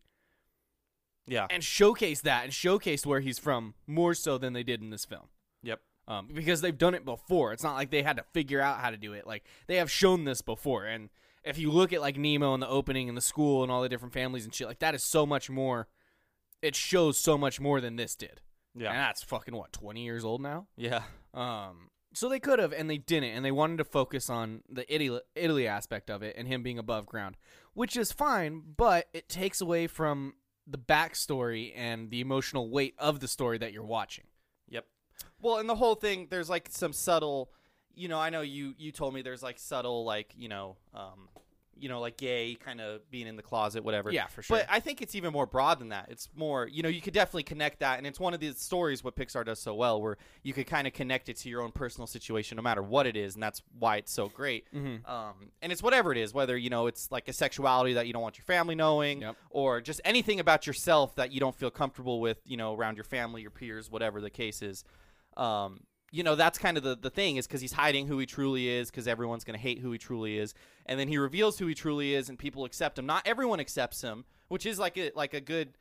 yeah
and showcase that and showcase where he's from more so than they did in this film.
yep
Um, because they've done it before. It's not like they had to figure out how to do it. Like they have shown this before. And if you look at like Nemo and the opening and the school and all the different families and shit, like that is so much more. It shows so much more than this did.
Yeah.
And that's fucking what twenty years old now.
Yeah.
Um, so they could have, and they didn't, and they wanted to focus on the Italy, Italy aspect of it and him being above ground, which is fine, but it takes away from the backstory and the emotional weight of the story that you're watching.
Yep. Well, and the whole thing, there's like some subtle, you know, I know you you told me there's like subtle like, you know, um you know, like gay kind of being in the closet, whatever.
Yeah, for sure.
But I think it's even more broad than that. It's more, you know, you could definitely connect that, and it's one of these stories what Pixar does so well, where you could kind of connect it to your own personal situation, no matter what it is, and that's why it's so great.
Mm-hmm.
Um, and it's whatever it is, whether you know it's like a sexuality that you don't want your family knowing,
Yep.
or just anything about yourself that you don't feel comfortable with, you know, around your family, your peers, whatever the case is. Um, you know, that's kind of the, the thing is because he's hiding who he truly is because everyone's going to hate who he truly is. And then he reveals who he truly is and people accept him. Not everyone accepts him, which is like a, like a good,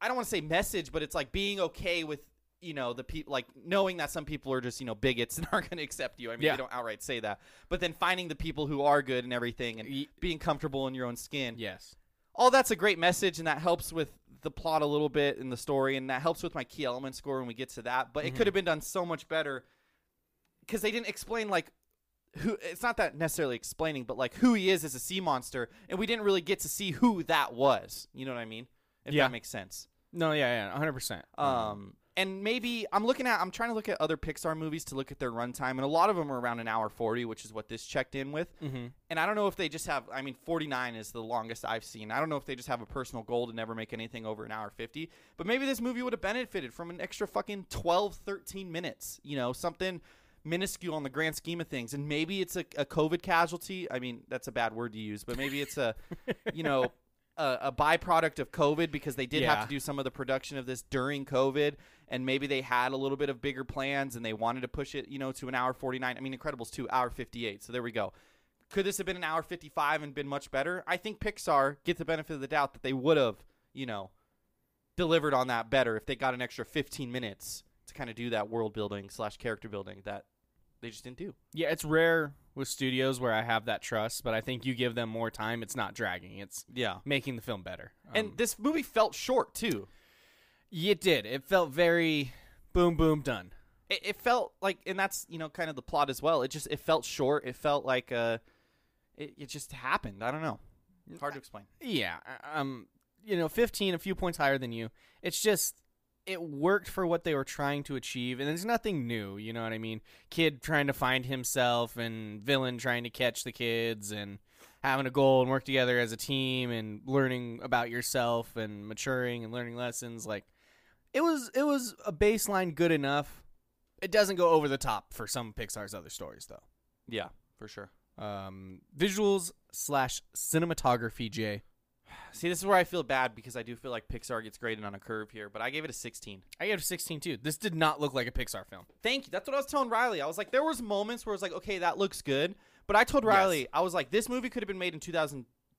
I don't want to say message, but it's like being okay with you know the people like knowing that some people are just you know bigots and aren't going to accept you. I mean,
Yeah.
they don't outright say that, but then finding the people who are good and everything, and
Ye-
being comfortable in your own skin.
Yes.
all Oh, that's a great message, and that helps with the plot a little bit in the story, and that helps with my key element score when we get to that. But it could have been done so much better because they didn't explain like who. It's not that necessarily explaining, but like who he is as a sea monster, and we didn't really get to see who that was. You know what I mean? If
Yeah.
that makes sense.
No, yeah, yeah, 100%.
Um, and maybe I'm looking at I'm trying to look at other Pixar movies to look at their runtime, and a lot of them are around an hour forty, which is what this checked in with. Mm-hmm. And I don't know if they just have. I mean, forty nine is the longest I've seen. I don't know if they just have a personal goal to never make anything over an hour fifty. But maybe this movie would have benefited from an extra fucking 12, 13 minutes. You know, something minuscule on the grand scheme of things and maybe it's a, a covid casualty i mean that's a bad word to use but maybe it's a you know a, a byproduct of covid because they did have
Yeah.
to do some of the production of this during covid and maybe they had a little bit of bigger plans and they wanted to push it you know to an hour 49 i mean incredibles 2 hour 58 so there we go could this have been an hour 55 and been much better i think pixar get the benefit of the doubt that they would have you know delivered on that better if they got an extra 15 minutes to kind of do that world building slash character building that they just didn't do.
Yeah, it's rare with studios where I have that trust, but I think you give them more time, it's not dragging. It's
Yeah.
making the film better. Um,
And this movie felt short too.
It did. It felt very boom, boom, done.
It, it felt like, and that's you know kind of the plot as well. It just it felt short. It felt like uh, it, it just happened. I don't know. Hard to explain.
Yeah, I- um, you know, fifteen, a few points higher than you. It's just it worked for what they were trying to achieve, and there's nothing new. You know what I mean? Kid trying to find himself, and villain trying to catch the kids, and having a goal and work together as a team, and learning about yourself, and maturing, and learning lessons. Like it was, it was a baseline good enough. It doesn't go over the top for some Pixar's other stories, though.
Yeah, for sure.
Um, visuals slash cinematography, Jay.
See, this is where I feel bad because I do feel like Pixar gets graded on a curve here, but I gave it a 16.
I gave it a 16 too. This did not look like a Pixar film.
Thank you. That's what I was telling Riley. I was like, there was moments where I was like, okay, that looks good, but I told Riley, I was like, this movie could have been made in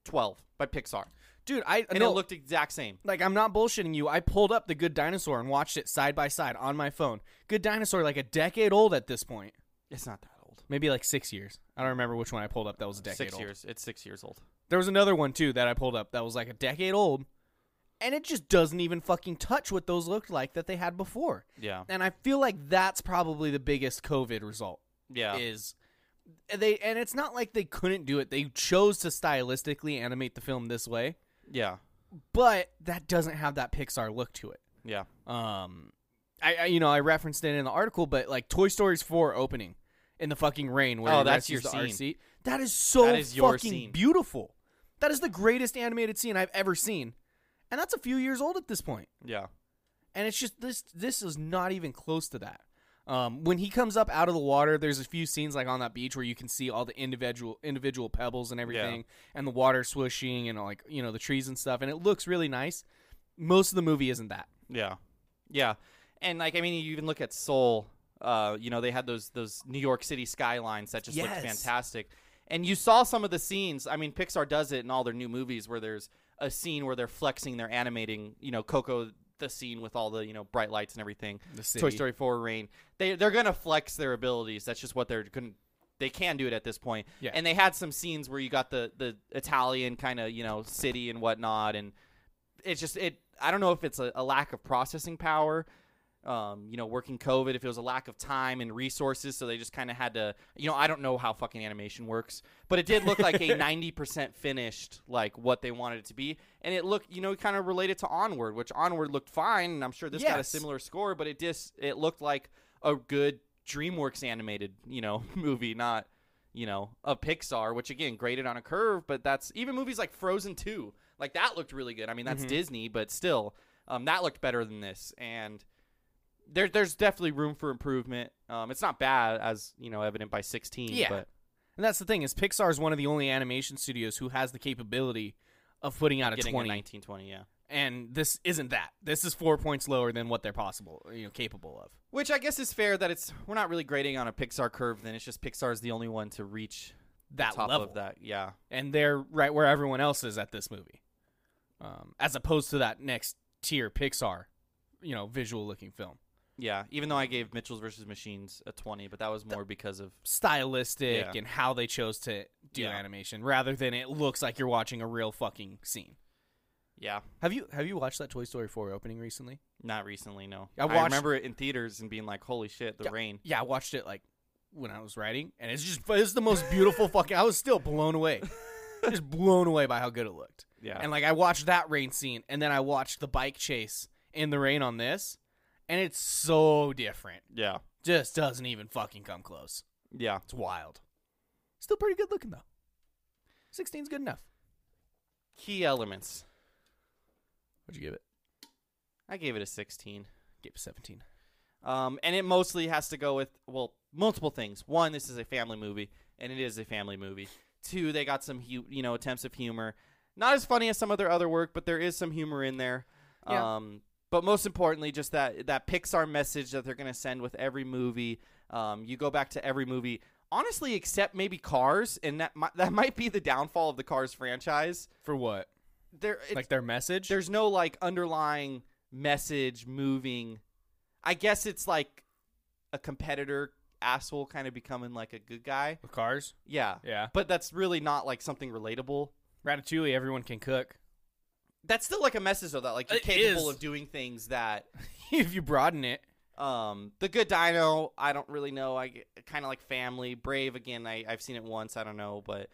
2012 by Pixar,
Dude, I
and
no,
it looked exact same.
like I'm not bullshitting you. I pulled up The Good Dinosaur and watched it side by side on my phone. Good Dinosaur like a decade old at this point.
It's not that old.
Maybe like 6 years. I don't remember which one I pulled up that was a decade
six
old.
years. It's six years old.
There was another one too that I pulled up that was like a decade old and it just doesn't even fucking touch what those looked like that they had before.
Yeah.
And I feel like that's probably the biggest COVID result.
Yeah.
is they and it's not like they couldn't do it. They chose to stylistically animate the film this way,
yeah.
but that doesn't have that Pixar look to it.
Yeah.
Um I, I you know, I referenced it in the article, but like Toy Story's 4 opening in the fucking rain where
Oh,
he
that's your
rescues the
scene.
RC. That is so
That is your
fucking
scene.
beautiful. That is the greatest animated scene I've ever seen. And that's a few years old at this point
Yeah.
and it's just this this is not even close to that um, when he comes up out of the water there's a few scenes like on that beach where you can see all the individual individual pebbles and everything and the water swishing and like you know the trees and stuff and it looks really nice most of the movie isn't that
Yeah. Yeah. And like I mean you even look at Seoul, uh, you know, they had those those New York City skylines that just looked
Yes.
fantastic. And you saw some of the scenes. I mean, Pixar does it in all their new movies where there's a scene where they're flexing, they're animating, you know, Coco the scene with all the, you know, bright lights and everything. Toy
city.
Story 4 rain. They they're going to flex their abilities. That's just what they're going they can do it at this point.
Yeah.
And they had some scenes where you got the the Italian kind of, you know, city and whatnot and it's just it i don't know if it's a, a lack of processing power um, you know working covid if it was a lack of time and resources so they just kind of had to you know i don't know how fucking animation works but it did look like a 90% finished like what they wanted it to be and it looked you know kind of related to onward which onward looked fine and i'm sure this got a
Yes.
similar score but it just it looked like a good dreamworks animated you know movie not you know, of Pixar, which again graded on a curve, but that's even movies like Frozen 2, like that looked really good. I mean, that's
Mm-hmm.
Disney, but still, um, that looked better than this. And there, there's definitely room for improvement. Um, it's not bad, as you know, evident by 16.
Yeah.
but
and that's the thing is pixar is one of the only animation studios who has the capability of putting out a
getting
20
a 19, 20, yeah.
and this isn't that this is four points lower than what they're possible you know capable of
Which I guess is fair that it's we're not really grading on a Pixar curve. Then it's just Pixar is the only one to reach the
that
top
level
of that. Yeah,
and they're right where everyone else is at this movie, um, as opposed to that next tier Pixar, you know, visual looking film.
Yeah, even though I gave Mitchell's versus Machines a 20, but that was more because of
stylistic
Yeah.
and how they chose to do
Yeah.
animation rather than it looks like you're watching a real fucking scene.
yeah,
Have you have you watched that Toy Story 4 opening recently?
not recently. No,
I
I,
watched-
remember it in theaters and being like, "Holy shit, the rain!"
Yeah, I watched it like when I was writing and it's just it's the most beautiful fucking I was still blown away. just blown away by how good it looked.
Yeah.
And like I watched that rain scene and then I watched the bike chase in the rain on this and it's so different.
Yeah,
Just doesn't even fucking come close.
yeah.
It's wild. Still pretty good looking though. 16's good enough.
Key elements.
What'd you give it?
I gave it a 16.
Gave it 17.
Um, and it mostly has to go with well, multiple things. One, this is a family movie, and it is a family movie. Two, they got some hu- you know attempts of humor, not as funny as some of their other work, but there is some humor in there.
Yeah.
Um, but most importantly, just that that Pixar message that they're gonna send with every movie. Um, you go back to every movie, honestly, except maybe Cars, and that mi- that might be the downfall of the Cars franchise.
For what?
There, it's-
like their message?
there's no like underlying message moving. I guess it's like a competitor asshole kind of becoming like a good guy.
With cars.
Yeah.
Yeah.
But that's really not like something relatable.
Ratatouille, everyone can cook.
That's still like a message though that like you're
It
capable
is.
of doing things that
if you broaden it.
um the good dino I don't really know I kind of like family brave again I I've seen it once I don't know but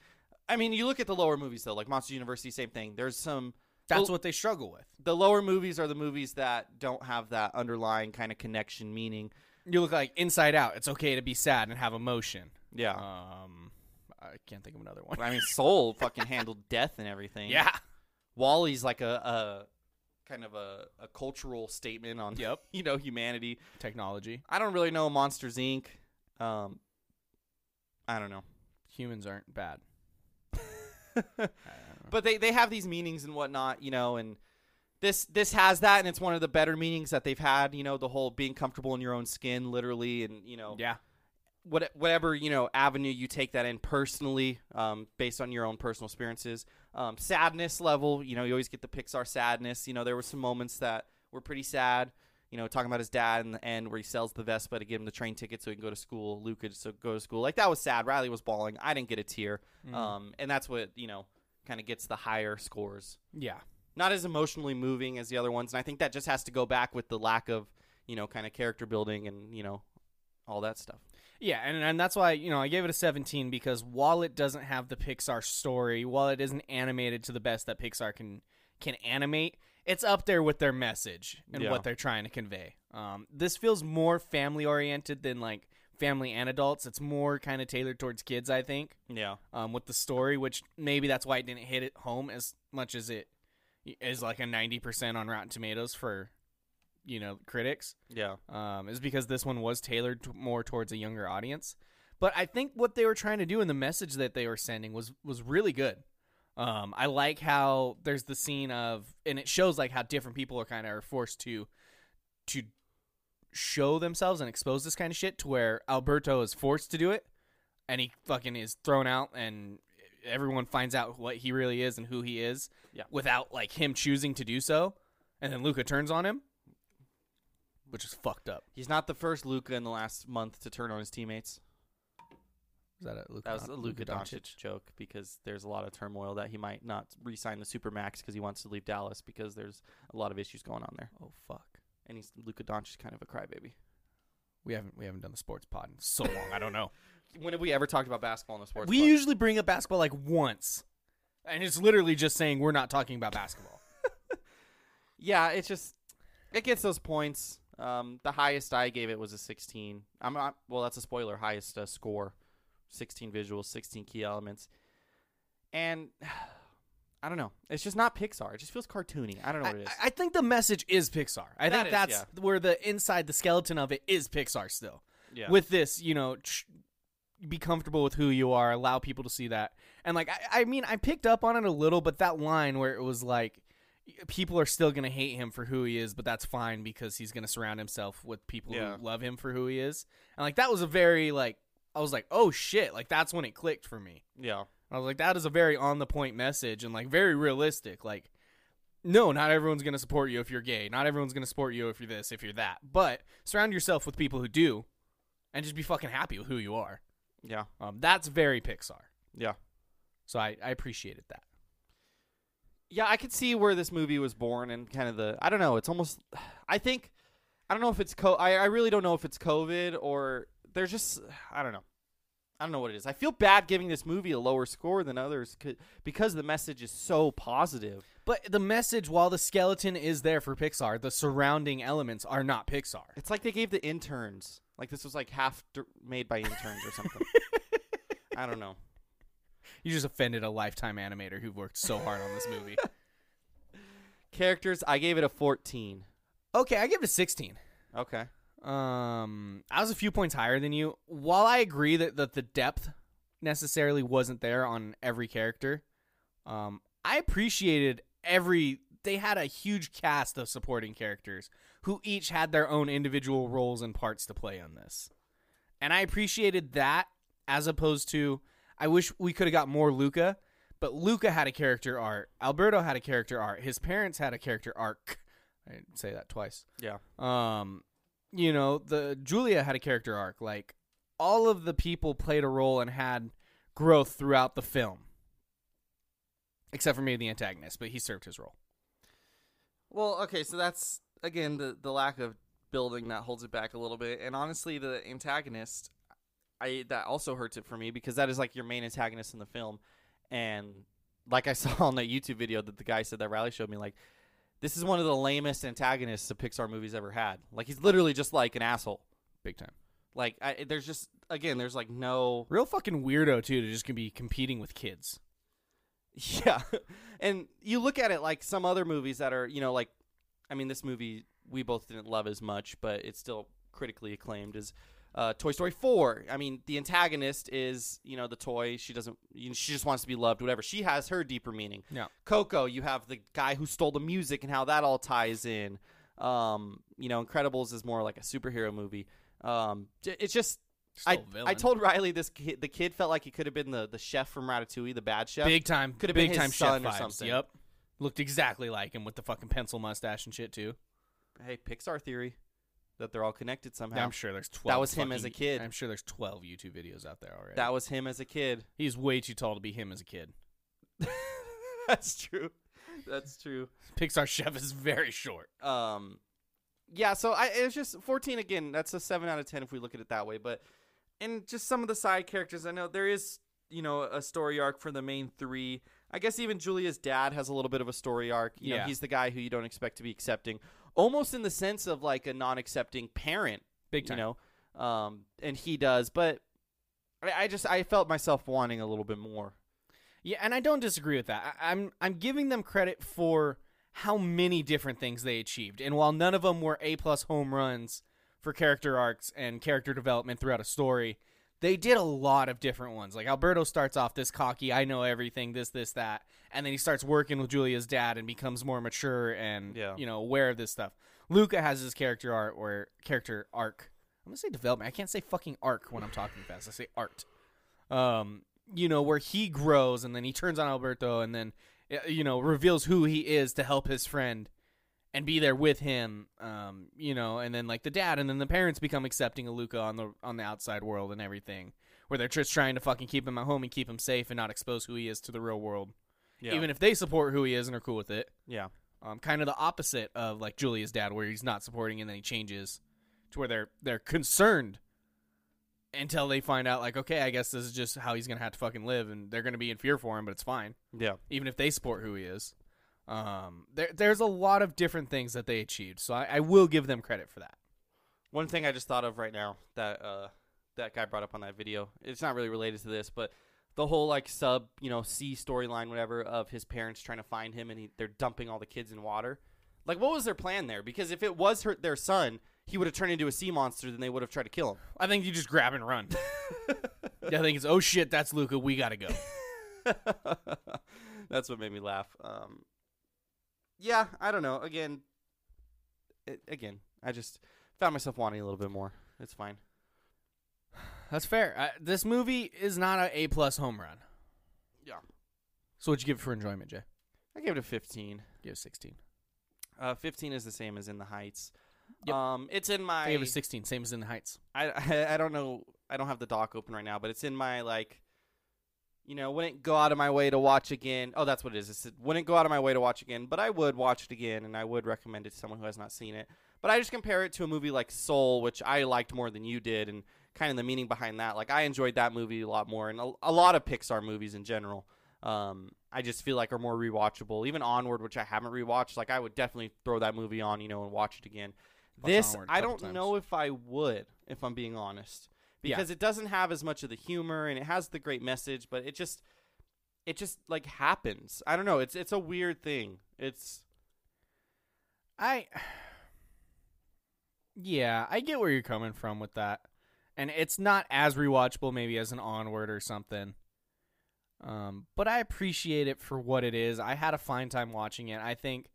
I mean you look at the lower movies though like Monster University same thing there's some
That's
Well-
what they struggle with.
the lower movies are the movies that don't have that underlying kind of connection meaning
You look like Inside Out. It's okay to be sad and have emotion.
yeah
Um, I can't think of another one.
Uh, I mean, Soul fucking handled death and everything.
yeah.
Wally's like a, a kind of a, a cultural statement on
Yep.
you know humanity.
Technology.
I don't really know Monsters Inc. Um, I don't know,
Humans aren't bad.
but they they have these meanings and whatnot, you know, and this this has that, and it's one of the better meanings that they've had. You know, the whole being comfortable in your own skin, literally, and you know,
Yeah.
what, whatever you know avenue you take that in personally, um, based on your own personal experiences. Um, sadness level, you know, you always get the Pixar sadness. You know, there were some moments that were pretty sad. You know, talking about his dad in the end where he sells the Vespa to give him the train ticket so he can go to school. Luke could so go to school. Like that was sad. Riley was bawling. I didn't get a tear. Um, and that's what you know kind of gets the higher scores
Yeah.
not as emotionally moving as the other ones, and I think that just has to go back with the lack of you know kind of character building and you know all that stuff.
Yeah, and, and that's why, you know, I gave it a 17 because while it doesn't have the Pixar story, while it isn't animated to the best that Pixar can can animate, it's up there with their message and
Yeah.
what they're trying to convey. Um, this feels more family oriented than like family and adults. It's more kind of tailored towards kids, I think,
Yeah,
um, with the story, which maybe that's why it didn't hit it home as much as it is like a 90% on Rotten Tomatoes for, you know, critics
yeah,
um, is because this one was tailored t- more towards a younger audience. But I think what they were trying to do and the message that they were sending was was really good. Um, I like how there's the scene of, and it shows like how different people are kind of are forced to to show themselves and expose this kind of shit to where Alberto is forced to do it, and he fucking is thrown out, and everyone finds out what he really is and who he is,
Yeah.
without like him choosing to do so, and then Luca turns on him, which is fucked up.
he's not the first Luca in the last month to turn on his teammates.
Is that a Uh, Luka,
That was a Luca Doncic joke because there's a lot of turmoil that he might not re-sign the supermax because he wants to leave Dallas because there's a lot of issues going on there,
Oh fuck.
and he's Luca Doncic kind of a crybaby.
We haven't we haven't done the sports pod in so long. I don't know.
When have we ever talked about basketball in the sports?
we
club?
usually bring up basketball like once, and it's literally just saying we're not talking about basketball.
yeah, it's just it gets those points. Um, the highest I gave it was a 16. I'm not well. That's a spoiler. Highest uh, score, 16 visuals, 16 key elements, and I don't know. It's just not Pixar. It just feels cartoony. I don't know
I,
what it is.
I think the message is Pixar. I
That
think
is,
that's where the inside the skeleton of it is Pixar still.
yeah.
With this, you know, tr- be comfortable with who you are. Allow people to see that. And like, I, I mean, I picked up on it a little, but that line where it was like, people are still gonna hate him for who he is, but that's fine because he's gonna surround himself with people
Yeah.
who love him for who he is. And like, that was a very like, I was like, oh shit, like that's when it clicked for me.
yeah,
I was like, that is a very on the point message and like very realistic. Like no, not everyone's going to support you if you're gay. Not everyone's going to support you if you're this, if you're that. But surround yourself with people who do and just be fucking happy with who you are.
Yeah.
Um, that's very Pixar.
Yeah.
So I, I appreciated that.
yeah, I could see where this movie was born and kind of the I don't know. It's almost I think I don't know if it's co I, I really don't know if it's COVID or there's just I don't know. I don't know what it is. I feel bad giving this movie a lower score than others could, because the message is so positive.
But the message, while the skeleton is there for Pixar, the surrounding elements are not Pixar.
It's like they gave the interns like this was like half dir- made by interns or something. I don't know.
You just offended a lifetime animator who worked so hard on this movie.
Characters, I gave it a 14.
okay, I give it a 16.
Okay.
Um, I was a few points higher than you. While I agree that, that the depth necessarily wasn't there on every character, um, I appreciated every. They had a huge cast of supporting characters who each had their own individual roles and parts to play on this. And I appreciated that as opposed to I wish we could have got more Luca, but Luca had a character arc. Alberto had a character arc. His parents had a character arc. I didn't say that twice
Yeah.
um you know the julia had a character arc like all of the people played a role and had growth throughout the film except for maybe the antagonist but he served his role
Well, okay, so that's again the the lack of building that holds it back a little bit, and honestly, the antagonist, I that also hurts it for me because that is like your main antagonist in the film, and like I saw on that YouTube video that the guy said that Riley showed me, like this is one of the lamest antagonists the Pixar movies ever had. Like he's literally just like an asshole.
big time
Like I, there's just again, there's like no
real fucking weirdo too to just gonna be competing with kids
Yeah. And you look at it like some other movies that are, you know, like I mean this movie we both didn't love as much, but it's still critically acclaimed is uh, Toy Story 4. I mean, the antagonist is, you know, the toy. She doesn't you know, she just wants to be loved, whatever. She has her deeper meaning.
Yeah.
Coco, you have the guy who stole the music and how that all ties in. Um, you know, Incredibles is more like a superhero movie. Um, j- it's just I,
Still a
I
villain.
told Riley this kid, the kid felt like he could have been the, the chef from Ratatouille, the bad chef.
big time
Could have
big
been his
time
son or
chef vibes.
something.
yep looked exactly like him with the fucking pencil mustache and shit too
Hey, Pixar theory that they're all connected somehow.
i'm sure there's 12
was him as a
fucking-
kid.
i'm sure there's 12 youtube videos out there already
That was him as a kid.
he's way too tall to be him as a kid
That's true. That's true.
pixar chef is very short
Um, yeah. So I it was just 14 again. That's a seven out of 10 if we look at it that way. But and just some of the side characters. I know there is you know a story arc for the main three. I guess even Julia's dad has a little bit of a story arc. You know,
Yeah.
he's the guy who you don't expect to be accepting, almost in the sense of like a non-accepting parent.
Big time.
You know, um, and he does, but I, I just I felt myself wanting a little bit more.
Yeah, and I don't disagree with that. I, I'm I'm giving them credit for how many different things they achieved, and while none of them were A plus home runs for character arcs and character development throughout a story, they did a lot of different ones. Like Alberto starts off this cocky, I know everything, this this that, and then he starts working with Julia's dad and becomes more mature and
Yeah.
you know aware of this stuff. Luca has his character art or character arc. I'm gonna say development. I can't say fucking arc when I'm talking fast. I say art um, you know, where he grows and then he turns on Alberto and then, uh, you know, reveals who he is to help his friend and be there with him, um, you know, and then like the dad and then the parents become accepting of Luca on the on the outside world and everything, where they're just trying to fucking keep him at home and keep him safe and not expose who he is to the real world, even if they support who he is and are cool with it.
yeah.
Um, kind of the opposite of like Julia's dad, where he's not supporting and then he changes to where they're they're concerned until they find out like, okay, I guess this is just how he's gonna have to fucking live, and they're gonna be in fear for him, but it's fine,
Yeah.
even if they support who he is. Um, there, there's a lot of different things that they achieved, so I, I will give them credit for that.
One thing I just thought of right now that uh, that guy brought up on that video. It's not really related to this, but the whole like sub, you know, C storyline, whatever, of his parents trying to find him and he, they're dumping all the kids in water. Like, what was their plan there? Because if it was her, their son, he would have turned into a sea monster. Then they would have tried to kill him.
I think you just grab and run. I think it's oh shit, that's Luca, we gotta go.
That's what made me laugh. Um, yeah, I don't know. Again, it, again, I just found myself wanting a little bit more. It's fine.
That's fair. I, this movie is not a A plus home run.
Yeah.
So what'd you give it for enjoyment, Jay?
I gave it a 15.
Give 16.
Uh, 15 is the same as in the heights.
Yep.
Um, it's in
I,
my.
gave it 16, same as in the Heights.
I, I I don't know. I don't have the doc open right now, but it's in my like. You know, wouldn't go out of my way to watch again. Oh, that's what it is. It's, wouldn't go out of my way to watch again, but I would watch it again, and I would recommend it to someone who has not seen it. But I just compare it to a movie like Soul, which I liked more than you did, and kind of the meaning behind that. Like I enjoyed that movie a lot more, and a, a lot of Pixar movies in general. Um, I just feel like are more rewatchable. Even Onward, which I haven't rewatched, like I would definitely throw that movie on, you know, and watch it again.
Watch
this
Onward a
I
couple
don't
times.
know if I would, if I'm being honest,
Yeah.
because it doesn't have as much of the humor and it has the great message, but it just it just like happens. I don't know. It's it's a weird thing. It's
I Yeah, I get where you're coming from with that. And it's not as rewatchable maybe as an onward or something. Um, but I appreciate it for what it is. I had a fine time watching it. I think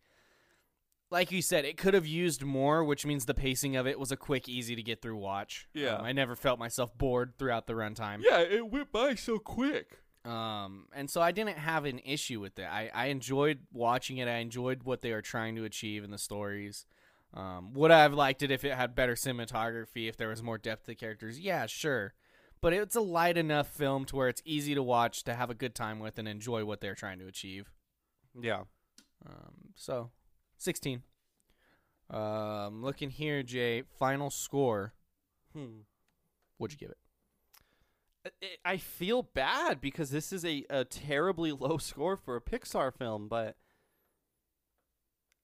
like you said, it could have used more, which means the pacing of it was a quick, easy to get through watch.
Yeah.
Um, I never felt myself bored throughout the runtime.
yeah, it went by so quick.
Um, and so I didn't have an issue with it. I, I enjoyed watching it. I enjoyed what they were trying to achieve in the stories. Um, would I have liked it if it had better cinematography, if there was more depth to characters? Yeah, sure. But it's a light enough film to where it's easy to watch, to have a good time with, and enjoy what they're trying to achieve.
Yeah.
Um, so, 16. Um, looking here, Jay, final score.
Hmm.
What'd you give it?
I- I- I feel bad because this is a, a terribly low score for a Pixar film, but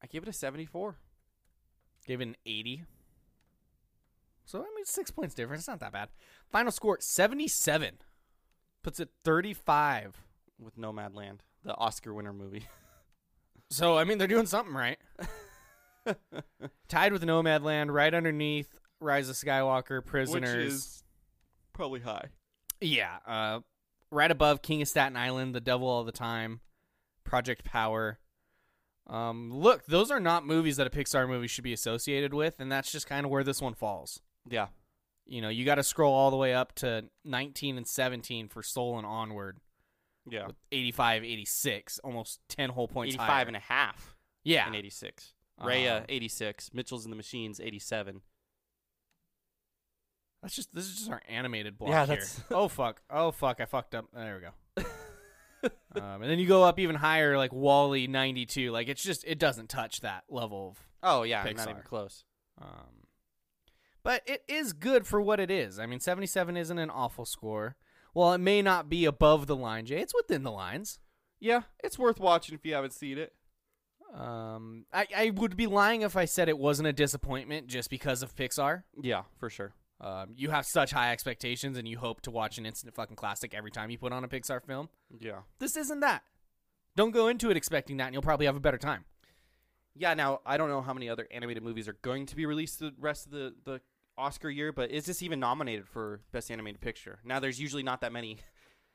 I give it a 74.
Gave it an 80. So, I mean, six points difference. It's not that bad. Final score 77. Puts it 35.
with Nomadland, the Oscar winner movie.
So, I mean, they're doing something right. Tied with Nomadland, right underneath Rise of Skywalker, Prisoners.
probably high.
Yeah. Uh, right above King of Staten Island, The Devil All the Time, Project Power. Um, look, those are not movies that a Pixar movie should be associated with, and that's just kind of where this one falls.
Yeah.
you know, you got to scroll all the way up to 19 and 17 for Soul and onward.
Yeah.
With 85, 86, almost 10 whole points
85
higher.
and a half
yeah.
and 86.
Uh-huh.
Raya, 86. Mitchell's and the Machines, 87.
That's just this is just our animated block
Yeah,
here.
that's-
oh fuck. Oh fuck. I fucked up. There we go. um, and then you go up even higher, like Wally 92. Like it's just it doesn't touch that level of
Oh, yeah. Not even
Pixar.
close.
Um, but it is good for what it is. I mean, 77 isn't an awful score. Well, it may not be above the line, Jay. It's within the lines.
Yeah. It's worth watching if you haven't seen it.
Um, I, I would be lying if I said it wasn't a disappointment just because of Pixar.
Yeah, for sure.
Um, you have such high expectations and you hope to watch an instant fucking classic every time you put on a Pixar film.
Yeah.
This isn't that. Don't go into it expecting that, and you'll probably have a better time.
Yeah, now, I don't know how many other animated movies are going to be released the rest of the, the Oscar year, but is this even nominated for Best Animated Picture? Now, there's usually not that many.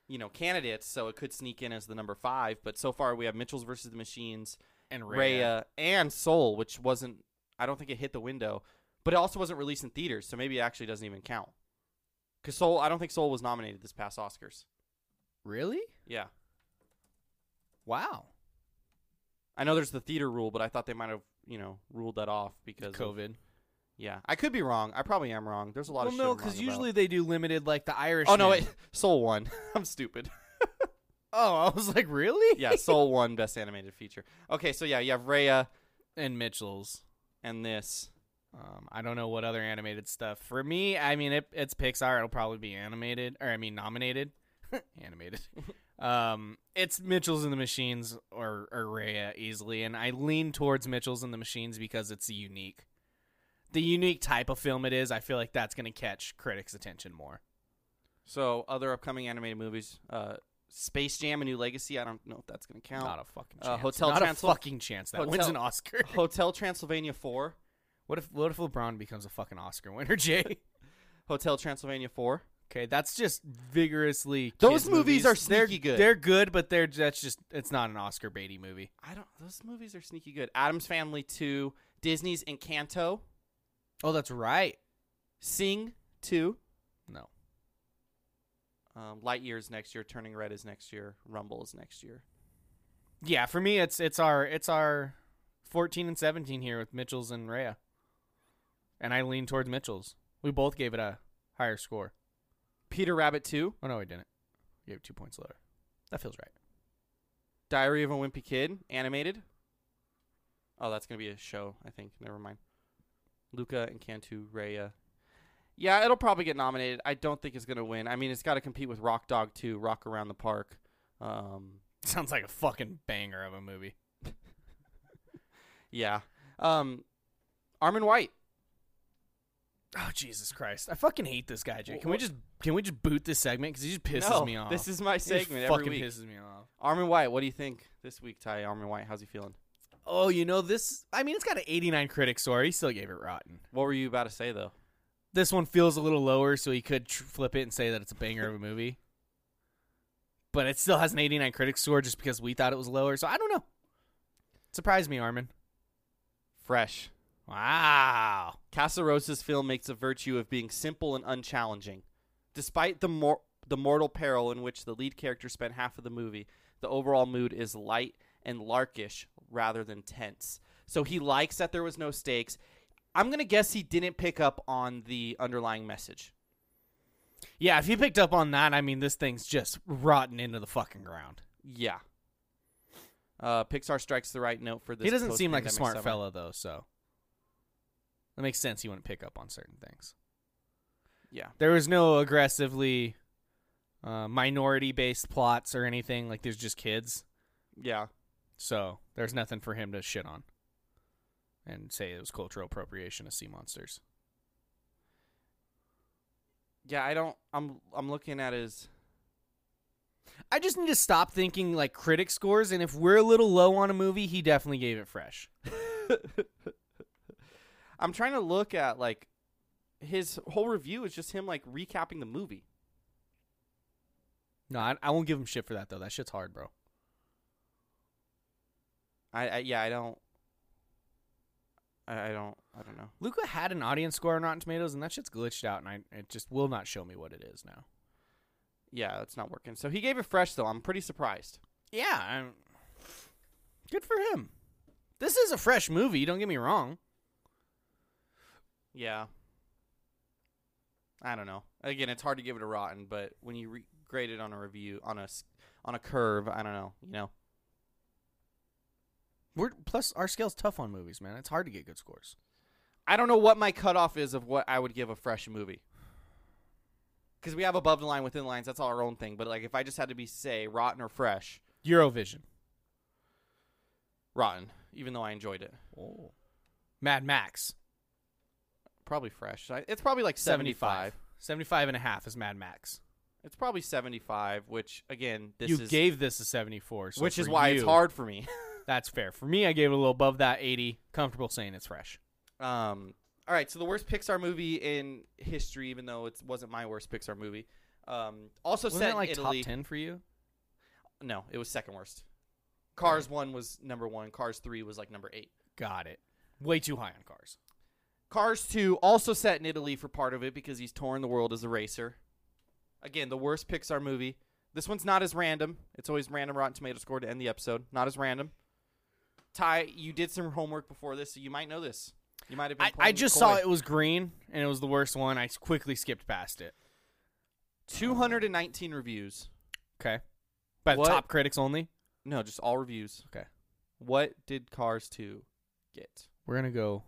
You know, candidates, so it could sneak in as the number five. But so far, we have Mitchell's versus the Machines,
And
Raya. and Soul, which wasn't I don't think it hit the window, but it also wasn't released in theaters, so maybe it actually doesn't even count. Cause Soul, I don't think Soul was nominated this past Oscars.
really?
Yeah,
Wow.
I know there's the theater rule, but I thought they might have you know ruled that off because of-
COVID.
yeah, I could be wrong. I probably am wrong. There's a lot
Well,
of shit
no,
I'm wrong about.
usually they do limited, like the Irish.
Oh no, wait. Soul won. I'm stupid.
Oh, I was like, really?
Yeah, Soul won Best Animated Feature. Okay, so yeah, you have Raya
and Mitchell's.
and this.
Um, I don't know what other animated stuff. For me, I mean, it, it's Pixar. It'll probably be animated, or I mean, nominated, animated. um, it's Mitchell's and the Machines or, or Raya easily, and I lean towards Mitchell's and the Machines because it's unique. The unique type of film it is, I feel like that's going to catch critics' attention more.
So other upcoming animated movies, uh, Space Jam: A New Legacy. I don't know if that's gonna count.
Not a fucking
Uh,
chance.
Hotel
Not
Transylv-
a fucking chance that wins
Hotel-
an Oscar.
Hotel Transylvania 4.
what if what if LeBron becomes a fucking Oscar winner, Jay?
Hotel Transylvania 4.
Okay, that's just vigorously.
Those
kids'
movies are
they're,
sneaky good.
They're good, but they're that's just it's not an Oscar baity movie.
I don't those movies are sneaky good. Adam's Family 2, Disney's Encanto,
Oh, that's right.
Sing 2,
No,
um, Lightyear is next year, Turning Red is next year, Rumble is next year.
Yeah, for me, it's it's our it's our fourteen and seventeen here with Mitchell's and Rhea, and I lean towards Mitchell's. We both gave it a higher score.
Peter Rabbit 2,
Oh no, we didn't. We gave it two points lower. That feels right.
Diary of a Wimpy Kid, animated. Oh, that's gonna be a show, I think. Never mind. Luca and Cantu Raya. Yeah, it'll probably get nominated. I don't think it's gonna win. I mean, it's got to compete with Rock Dog 2, Rock Around the Park. Um,
Sounds like a fucking banger of a movie.
yeah. Um, Armin White.
Oh Jesus Christ! I fucking hate this guy, Jake. Can we just can we just boot this segment because he just pisses
No,
me off.
This is my
He just
segment every
fucking
week.
pisses me off.
Armin White, what do you think this week, Ty? Armin White, how's he feeling?
Oh, you know this. I mean, it's got an 89 critic score. He still gave it rotten.
What were you about to say though?
This one feels a little lower, so he could tr- flip it and say that it's a banger of a movie. But it still has an 89 critic score just because we thought it was lower. So I don't know. Surprised me, Armin.
Fresh.
Wow.
Casarosa's film makes a virtue of being simple and unchallenging. Despite the mor- the mortal peril in which the lead character spent half of the movie, the overall mood is light and larkish rather than tense. So he likes that there was no stakes. I'm going to guess he didn't pick up on the underlying message.
Yeah, if you picked up on that, I mean, this thing's just rotten into the fucking ground.
Yeah. Uh, Pixar strikes the right note for this.
he doesn't seem like a
post-pandemic summer.
smart fella, though, so. That makes sense. He wouldn't pick up on certain things.
Yeah.
there was no aggressively uh, minority based plots or anything like there's just kids
Yeah.
so there's nothing for him to shit on and say it was cultural appropriation of sea monsters
Yeah, I don't I'm I'm looking at his
i just need to stop thinking like critic scores and if we're a little low on a movie he definitely gave it fresh
I'm trying to look at like his whole review is just him like recapping the movie.
no i, I won't give him shit for that though that shit's hard bro
I, I yeah, I don't. I, I don't. I don't know.
luca had an audience score on rotten tomatoes and that shit's glitched out and I, it just will not show me what it is now
Yeah, it's not working. So he gave it fresh though. I'm pretty surprised.
yeah I'm... good for him this is a fresh movie don't get me wrong
Yeah. I don't know. Again, it's hard to give it a rotten, but when you re- grade it on a review on a s- on a curve, I don't know. You know.
We're plus our scale's tough on movies, man. It's hard to get good scores.
I don't know what my cutoff is of what I would give a fresh movie. Because we have above the line, within the lines. That's all our own thing. But like, if I just had to be say rotten or fresh,
Eurovision.
rotten. Even though I enjoyed it,
Oh. Mad Max.
probably fresh. I- It's probably like seventy-five.
75 and a half is Mad Max.
It's probably 75, which again, this
you
is
gave this a 74, so
which is
for
why it's
you,
hard for me.
That's fair. For me, I gave it a little above that 80. Comfortable saying it's fresh.
um, all right, so the worst Pixar movie in history, even though it wasn't my worst Pixar movie. Um, also
Wasn't
set
that like
in Italy.
top 10 for you?
No, it was second worst. Cars one was number one. Cars three was like number eight.
Got it. Way too high on cars.
Cars two also set in Italy for part of it because he's touring the world as a racer. Again, the worst Pixar movie. This one's not as random. It's always random Rotten Tomato score to end the episode. Not as random. Ty, you did some homework before this, so you might know this. You might have been.
I, I
playing
just
coy.
saw it was green, and it was the worst one. I quickly skipped past it.
219 reviews.
Okay. By the
What?
top critics only?
No, just all reviews.
Okay.
What did Cars two get?
We're gonna go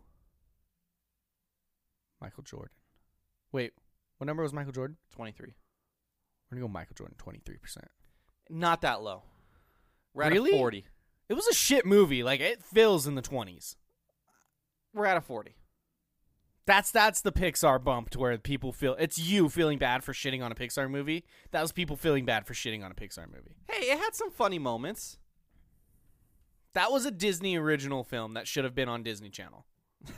Michael Jordan. Wait, what number was Michael Jordan?
23.
We're gonna go Michael Jordan, twenty three percent.
Not that low. We're at
Really?
a 40.
It was a shit movie. Like it fills in the twenties.
We're at a 40.
That's that's the Pixar bump to where people feel it's you feeling bad for shitting on a Pixar movie. That was people feeling bad for shitting on a Pixar movie.
Hey, it had some funny moments.
That was a Disney original film that should have been on Disney Channel.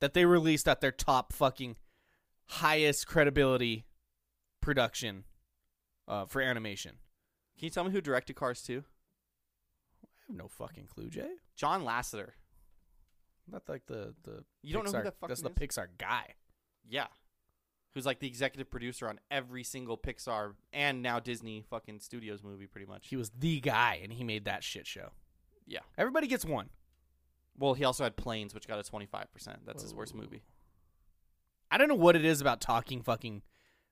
that they released at their top fucking highest credibility production uh, for animation.
Can you tell me who directed Cars 2?
I have no fucking clue, Jay.
John Lasseter.
Not like the the
You don't know who
Pixar-
that
that's the
fucking
Pixar guy.
Yeah. who's like the executive producer on every single Pixar and now Disney fucking Studios movie, pretty much.
He was the guy, and he made that shit show.
yeah.
Everybody gets one.
Well, he also had Planes, which got a 25%. That's his worst movie.
I don't know what it is about talking fucking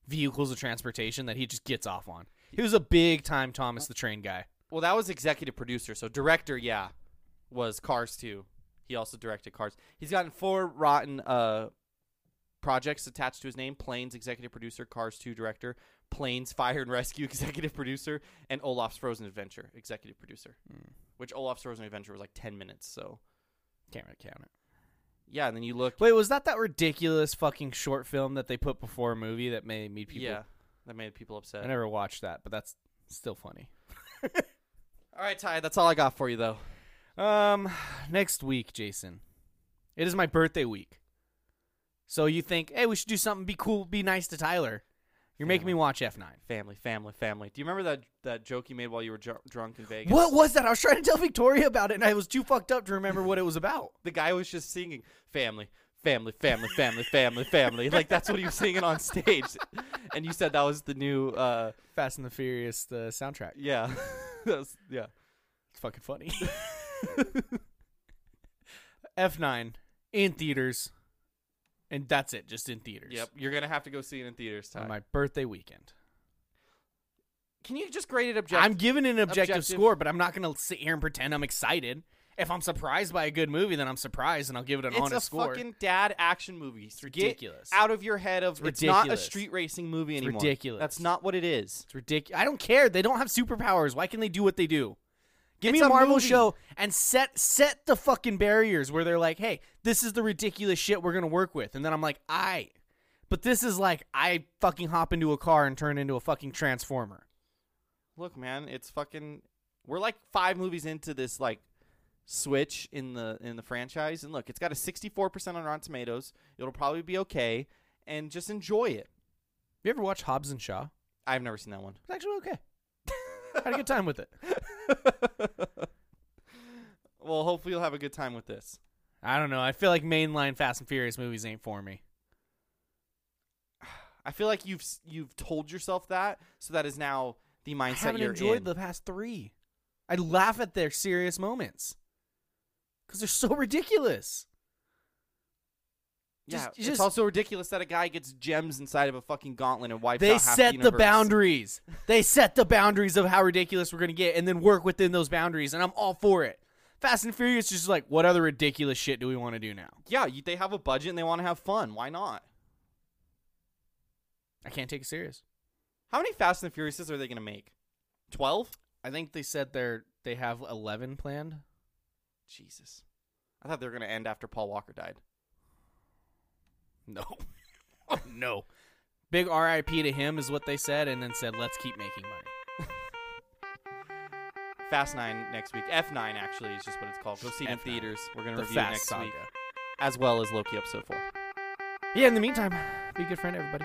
vehicles of transportation that he just gets off on. He was a big time Thomas the Train guy.
Well, that was executive producer. So director, yeah, was Cars 2. He also directed Cars. He's gotten four rotten uh, projects attached to his name: Planes executive producer, Cars 2 director, Planes Fire and Rescue executive producer, and Olaf's Frozen Adventure executive producer.
Hmm.
Which Olaf's Frozen Adventure was like ten minutes. So
Can't really count it.
yeah, and then you look,
Wait, was that that ridiculous fucking short film that they put before a movie that made me people?
yeah, that made people upset.
I never watched that, but that's still funny.
All right, Ty, that's all I got for you though.
Um, next week, Jason. It is my birthday week. So you think, hey, we should do something, be cool, be nice to Tyler. You're making me watch F9.
Family, family, family. Do you remember that that joke you made while you were dr- drunk in Vegas?
What was that? I was trying to tell Victoria about it, and I was too fucked up to remember what it was about.
the guy was just singing family family family family family family like that's what he was singing on stage and you said that was the new uh
Fast and the Furious, the soundtrack.
yeah that was, yeah
It's fucking funny. F9 in theaters, and that's it, just in theaters.
yep you're gonna have to go see it in theaters
On
time
my birthday weekend.
can you just grade it objective
I'm giving an objective,
objective.
score, but I'm not going to sit here and pretend I'm excited. If I'm surprised by a good movie, then I'm surprised, and I'll give it an
it's
honest
a
score.
fucking dad action movie it's
ridiculous.
out of your head of
It's
it's, not a
ridiculous.
street racing movie anymore
ridiculous.
that's not what it is
It's ridiculous. I don't care. They don't have superpowers. Why can they do what they do? Give me
It's a
a Marvel
movie.
show and set set the fucking barriers where they're like, "Hey, this is the ridiculous shit we're gonna work with," and then I'm like, "I," but this is like I fucking hop into a car and turn into a fucking transformer.
look man it's fucking we're like five movies into this like switch in the in the franchise and look it's got a 64% on rotten tomatoes it'll probably be okay and just enjoy it
You ever watch Hobbs and Shaw?
i've never seen that one
It's actually okay. Had a good time with it.
well hopefully you'll have a good time with this
I don't know. I feel like mainline Fast and Furious movies ain't for me.
i feel like you've s- you've told yourself that so that is now the mindset
I haven't
you're
enjoyed
in
the past three. I laugh at their serious moments because they're so ridiculous.
yeah
just-
it's
just-
also ridiculous that a guy gets gems inside of a fucking gauntlet and wipes
They
out half
set the,
universe.
boundaries. They set the boundaries of how ridiculous we're going to get and then work within those boundaries, and I'm all for it. Fast and Furious is just like, what other ridiculous shit do we want to do now?
yeah you, they have a budget and they want to have fun why not
I can't take it serious.
how many fast and furiouses are they going to make 12
I think they said they're they have eleven planned.
Jesus. I thought they were going to end after Paul Walker died.
No. oh, no. Big RIP to him is what they said, and then said, let's keep making money.
Fast 9 next week. F9 actually is just what it's called. Go see it in
F9.
theaters. We're going to
The
review it
Fast
next
Saga.
week as well as Loki episode 4.
Yeah, in the meantime, be a good friend, to everybody.